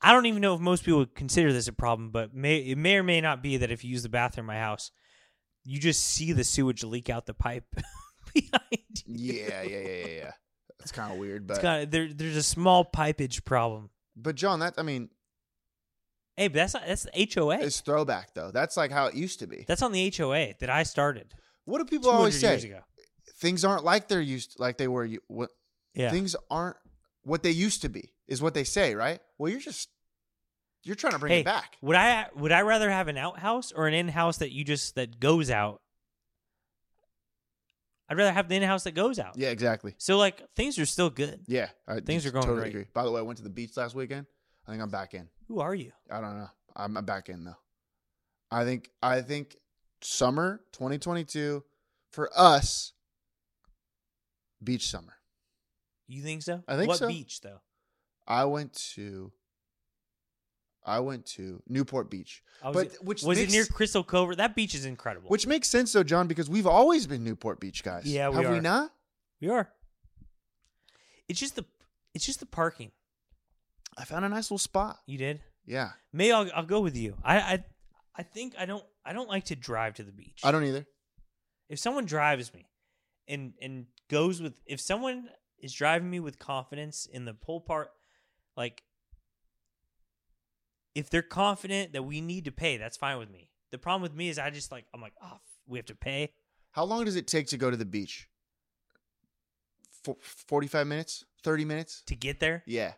[SPEAKER 3] I don't even know if most people would consider this a problem, but may it may or may not be that if you use the bathroom in my house, you just see the sewage leak out the pipe behind. You.
[SPEAKER 2] Yeah, yeah, yeah, yeah, yeah. That's kind of weird,
[SPEAKER 3] It's
[SPEAKER 2] but
[SPEAKER 3] got there. There's a small pipage problem.
[SPEAKER 2] but John, that I mean,
[SPEAKER 3] Hey, but that's not, that's the HOA.
[SPEAKER 2] it's throwback though. That's like how it used to be.
[SPEAKER 3] that's on the HOA that I started.
[SPEAKER 2] What do people
[SPEAKER 3] 200
[SPEAKER 2] always
[SPEAKER 3] years
[SPEAKER 2] say?
[SPEAKER 3] ago.
[SPEAKER 2] Things aren't like they're used like they were. you- What
[SPEAKER 3] Yeah.
[SPEAKER 2] things aren't what they used to be is what they say, right? Well, you're just you're trying to bring
[SPEAKER 3] hey,
[SPEAKER 2] it back.
[SPEAKER 3] would I would I rather have an outhouse or an in-house that you just that goes out? I'd rather have the in-house that goes out.
[SPEAKER 2] Yeah, exactly.
[SPEAKER 3] So like things are still good.
[SPEAKER 2] Yeah, I
[SPEAKER 3] Things
[SPEAKER 2] just
[SPEAKER 3] are going
[SPEAKER 2] totally
[SPEAKER 3] great.
[SPEAKER 2] agree. By the way, I went to the beach last weekend. I think I'm back in.
[SPEAKER 3] Who are you?
[SPEAKER 2] I don't know. I'm I'm back in though. I think I think summer 2022 for us beach summer.
[SPEAKER 3] You think so?
[SPEAKER 2] I think
[SPEAKER 3] what
[SPEAKER 2] so.
[SPEAKER 3] beach though?
[SPEAKER 2] I went to I went to Newport Beach.
[SPEAKER 3] I
[SPEAKER 2] But which
[SPEAKER 3] was
[SPEAKER 2] makes-
[SPEAKER 3] it near Crystal Cove? That beach is incredible.
[SPEAKER 2] Which makes sense though, John, because we've always been Newport Beach guys.
[SPEAKER 3] Yeah, we
[SPEAKER 2] have we
[SPEAKER 3] are.
[SPEAKER 2] not?
[SPEAKER 3] we are. It's just the it's just the parking.
[SPEAKER 2] I found a nice little spot.
[SPEAKER 3] You did.
[SPEAKER 2] Yeah.
[SPEAKER 3] May I'll, I'll go with you. I, I I think I don't I don't like to drive to the beach.
[SPEAKER 2] I don't either.
[SPEAKER 3] if someone drives me and and goes with if someone is driving me with confidence in the pull part like if they're confident that we need to pay that's fine with me the problem with me is i just like i'm like oh we have to pay
[SPEAKER 2] How long does it take to go to the beach? Fo- 45 minutes? 30 minutes?
[SPEAKER 3] to get there
[SPEAKER 2] Yeah.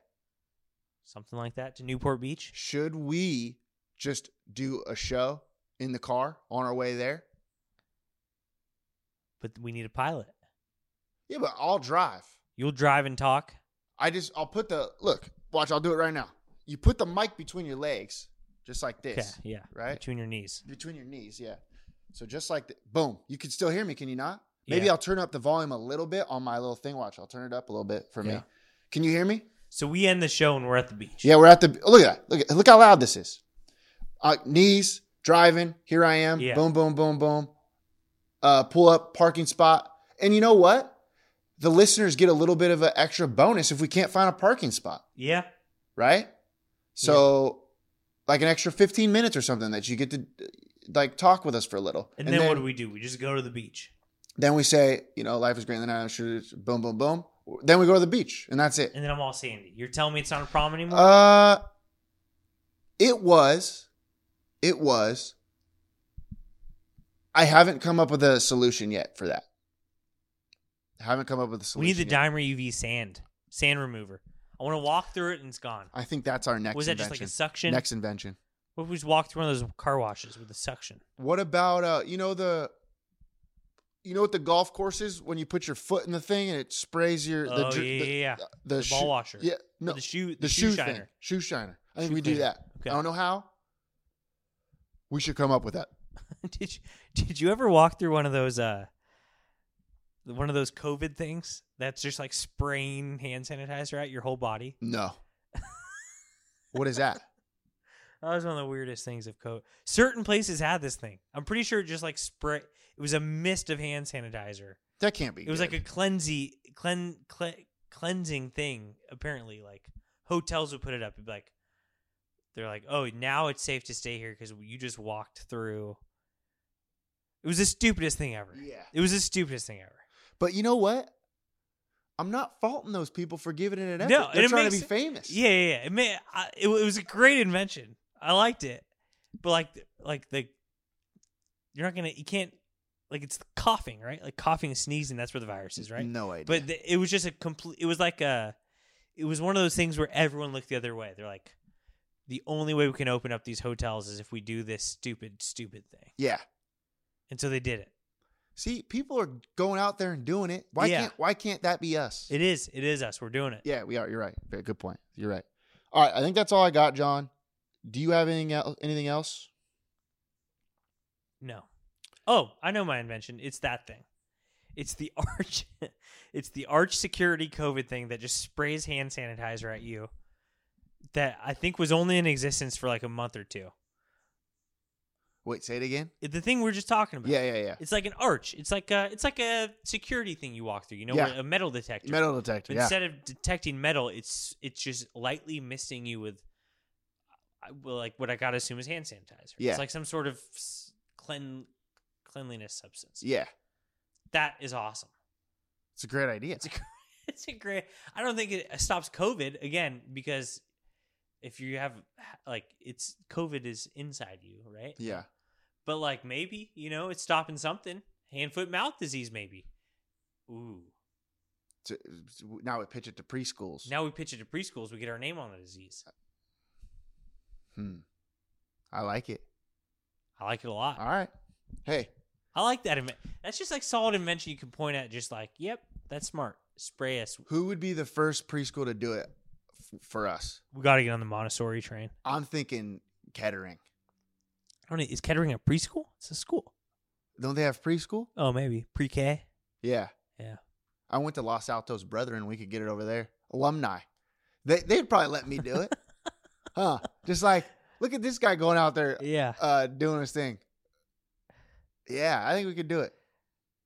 [SPEAKER 3] something like that to newport beach
[SPEAKER 2] Should we just do a show in the car on our way there?
[SPEAKER 3] but we need a pilot
[SPEAKER 2] Yeah, but I'll drive.
[SPEAKER 3] you'll drive and talk
[SPEAKER 2] I just I'll put the look, watch, I'll do it right now. You put the mic between your legs, just like
[SPEAKER 3] okay
[SPEAKER 2] this.
[SPEAKER 3] yeah
[SPEAKER 2] Right?
[SPEAKER 3] between your knees
[SPEAKER 2] Between your knees, yeah. So just like the, boom, you can still hear me, can you not? Maybe
[SPEAKER 3] Yeah.
[SPEAKER 2] I'll turn up the volume a little bit on my little thing. Watch, I'll turn it up a little bit for me.
[SPEAKER 3] Yeah.
[SPEAKER 2] Can you hear me?
[SPEAKER 3] so we end the show and we're at the beach
[SPEAKER 2] Yeah, we're at the oh, look at that. Look at look how loud this is. Uh, knees driving. Here I am.
[SPEAKER 3] Yeah.
[SPEAKER 2] Boom, boom, boom, boom. Uh, pull up parking spot. And you know what? The listeners get a little bit of an extra bonus if we can't find a parking spot,
[SPEAKER 3] yeah
[SPEAKER 2] right? So, like an extra fifteen minutes or something that you get to uh, like talk with us for a little.
[SPEAKER 3] and, then what do we do we just go to the beach
[SPEAKER 2] Then we say, you know, life is greater than I should. Boom, boom, boom. Then we go to the beach, and that's it.
[SPEAKER 3] and then i'm all sandy you're telling me it's not a problem anymore
[SPEAKER 2] Uh, it was, it was. I haven't come up with a solution yet for that. I haven't come up with a solution.
[SPEAKER 3] We need the
[SPEAKER 2] yet.
[SPEAKER 3] dimer UV sand, sand remover. I want to walk through it and it's gone.
[SPEAKER 2] I think that's our next.
[SPEAKER 3] Was that just like a
[SPEAKER 2] invention.
[SPEAKER 3] suction?
[SPEAKER 2] Next invention.
[SPEAKER 3] What if we just walk through one of those car washes with a suction?
[SPEAKER 2] What about uh? You know the. You know what the golf course is when you put your foot in the thing and it sprays your the
[SPEAKER 3] oh
[SPEAKER 2] dr-
[SPEAKER 3] yeah,
[SPEAKER 2] the, uh,
[SPEAKER 3] yeah, yeah.
[SPEAKER 2] the
[SPEAKER 3] The ball
[SPEAKER 2] shoe-
[SPEAKER 3] washer.
[SPEAKER 2] Yeah,
[SPEAKER 3] Or
[SPEAKER 2] no,
[SPEAKER 3] the shoe, the,
[SPEAKER 2] the
[SPEAKER 3] shoe,
[SPEAKER 2] shoe
[SPEAKER 3] shiner.
[SPEAKER 2] thing, shoe shiner. I think
[SPEAKER 3] Shoe
[SPEAKER 2] we do
[SPEAKER 3] cleaner.
[SPEAKER 2] that.
[SPEAKER 3] Okay.
[SPEAKER 2] I don't know how. We should come up with that.
[SPEAKER 3] did you did you ever walk through one of those uh, one of those COVID things that's just like spraying hand sanitizer at your whole body?
[SPEAKER 2] No. what is that?
[SPEAKER 3] That was one of the weirdest things of COVID. Certain places had this thing. I'm pretty sure it just like spray. It was a mist of hand sanitizer.
[SPEAKER 2] That can't be.
[SPEAKER 3] it was like a cleansy clean, cle cleansing thing apparently like hotels would put it up It'd be like they're like oh now it's safe to stay here because you just walked through it was the stupidest thing ever
[SPEAKER 2] Yeah.
[SPEAKER 3] it was the stupidest thing ever
[SPEAKER 2] But you know what? I'm not faulting those people for giving it an effort.
[SPEAKER 3] No, and
[SPEAKER 2] They're
[SPEAKER 3] it
[SPEAKER 2] trying to be
[SPEAKER 3] makes-
[SPEAKER 2] famous.
[SPEAKER 3] yeah yeah, yeah. It, may, I, it, wa- it was a great invention i liked it but like th- like the you're not gonna you can't like it's coughing right like coughing and sneezing that's where the virus is right
[SPEAKER 2] No idea.
[SPEAKER 3] But th- it was just a complete. It was like a. It was one of those things where everyone looked the other way. They're like, the only way we can open up these hotels is if we do this stupid, stupid thing.
[SPEAKER 2] yeah.
[SPEAKER 3] And so they did it.
[SPEAKER 2] See, people are going out there and doing it. Why
[SPEAKER 3] Yeah.
[SPEAKER 2] can't why can't that be us?
[SPEAKER 3] It is. It is us. We're doing it.
[SPEAKER 2] yeah, we are. You're right. Very good point. You're right. All right, I think that's all I got, John. Do you have anything else? Anything else?
[SPEAKER 3] No. Oh, I know my invention. It's that thing. It's the arch. it's the arch security COVID thing that just sprays hand sanitizer at you. That I think was only in existence for like a month or two.
[SPEAKER 2] Wait, say it again.
[SPEAKER 3] The thing we we're just talking about.
[SPEAKER 2] Yeah, yeah, yeah.
[SPEAKER 3] It's like an arch. It's like a it's like a security thing you walk through. You know,
[SPEAKER 2] Yeah.
[SPEAKER 3] where a metal detector.
[SPEAKER 2] Metal detector.
[SPEAKER 3] But
[SPEAKER 2] Yeah.
[SPEAKER 3] instead of detecting metal, it's it's just lightly misting you with, I- well, like what I gotta assume is hand sanitizer.
[SPEAKER 2] Yeah.
[SPEAKER 3] It's like some sort of s- clean cleanliness substance.
[SPEAKER 2] Yeah.
[SPEAKER 3] That is awesome.
[SPEAKER 2] It's a great idea.
[SPEAKER 3] It's a gr- it's a great. I don't think it stops COVID again because if you have like it's COVID is inside you, right?
[SPEAKER 2] yeah.
[SPEAKER 3] But like maybe you know it's stopping something. Hand foot mouth disease maybe. Ooh.
[SPEAKER 2] It's a- it's- now we pitch it to preschools.
[SPEAKER 3] Now we pitch it to preschools. We get our name on the disease.
[SPEAKER 2] Uh, Hmm. I like it.
[SPEAKER 3] I like it a lot.
[SPEAKER 2] All right. Hey,
[SPEAKER 3] I like that. Inven- that's just like solid invention you can point at. Just like, yep, that's smart. Spray us.
[SPEAKER 2] who would be the first preschool to do it f- for us?
[SPEAKER 3] We got to get on the Montessori train.
[SPEAKER 2] I'm thinking Kettering.
[SPEAKER 3] I don't know. Is Kettering a preschool? It's a school.
[SPEAKER 2] Don't they have preschool?
[SPEAKER 3] Oh, maybe pre-K.
[SPEAKER 2] Yeah.
[SPEAKER 3] Yeah.
[SPEAKER 2] I went to Los Altos Brethren. We could get it over there. Alumni. They, they'd probably let me do it. huh. Just like, look at this guy going out there
[SPEAKER 3] Yeah.
[SPEAKER 2] uh, doing his thing. Yeah, I think we could do it.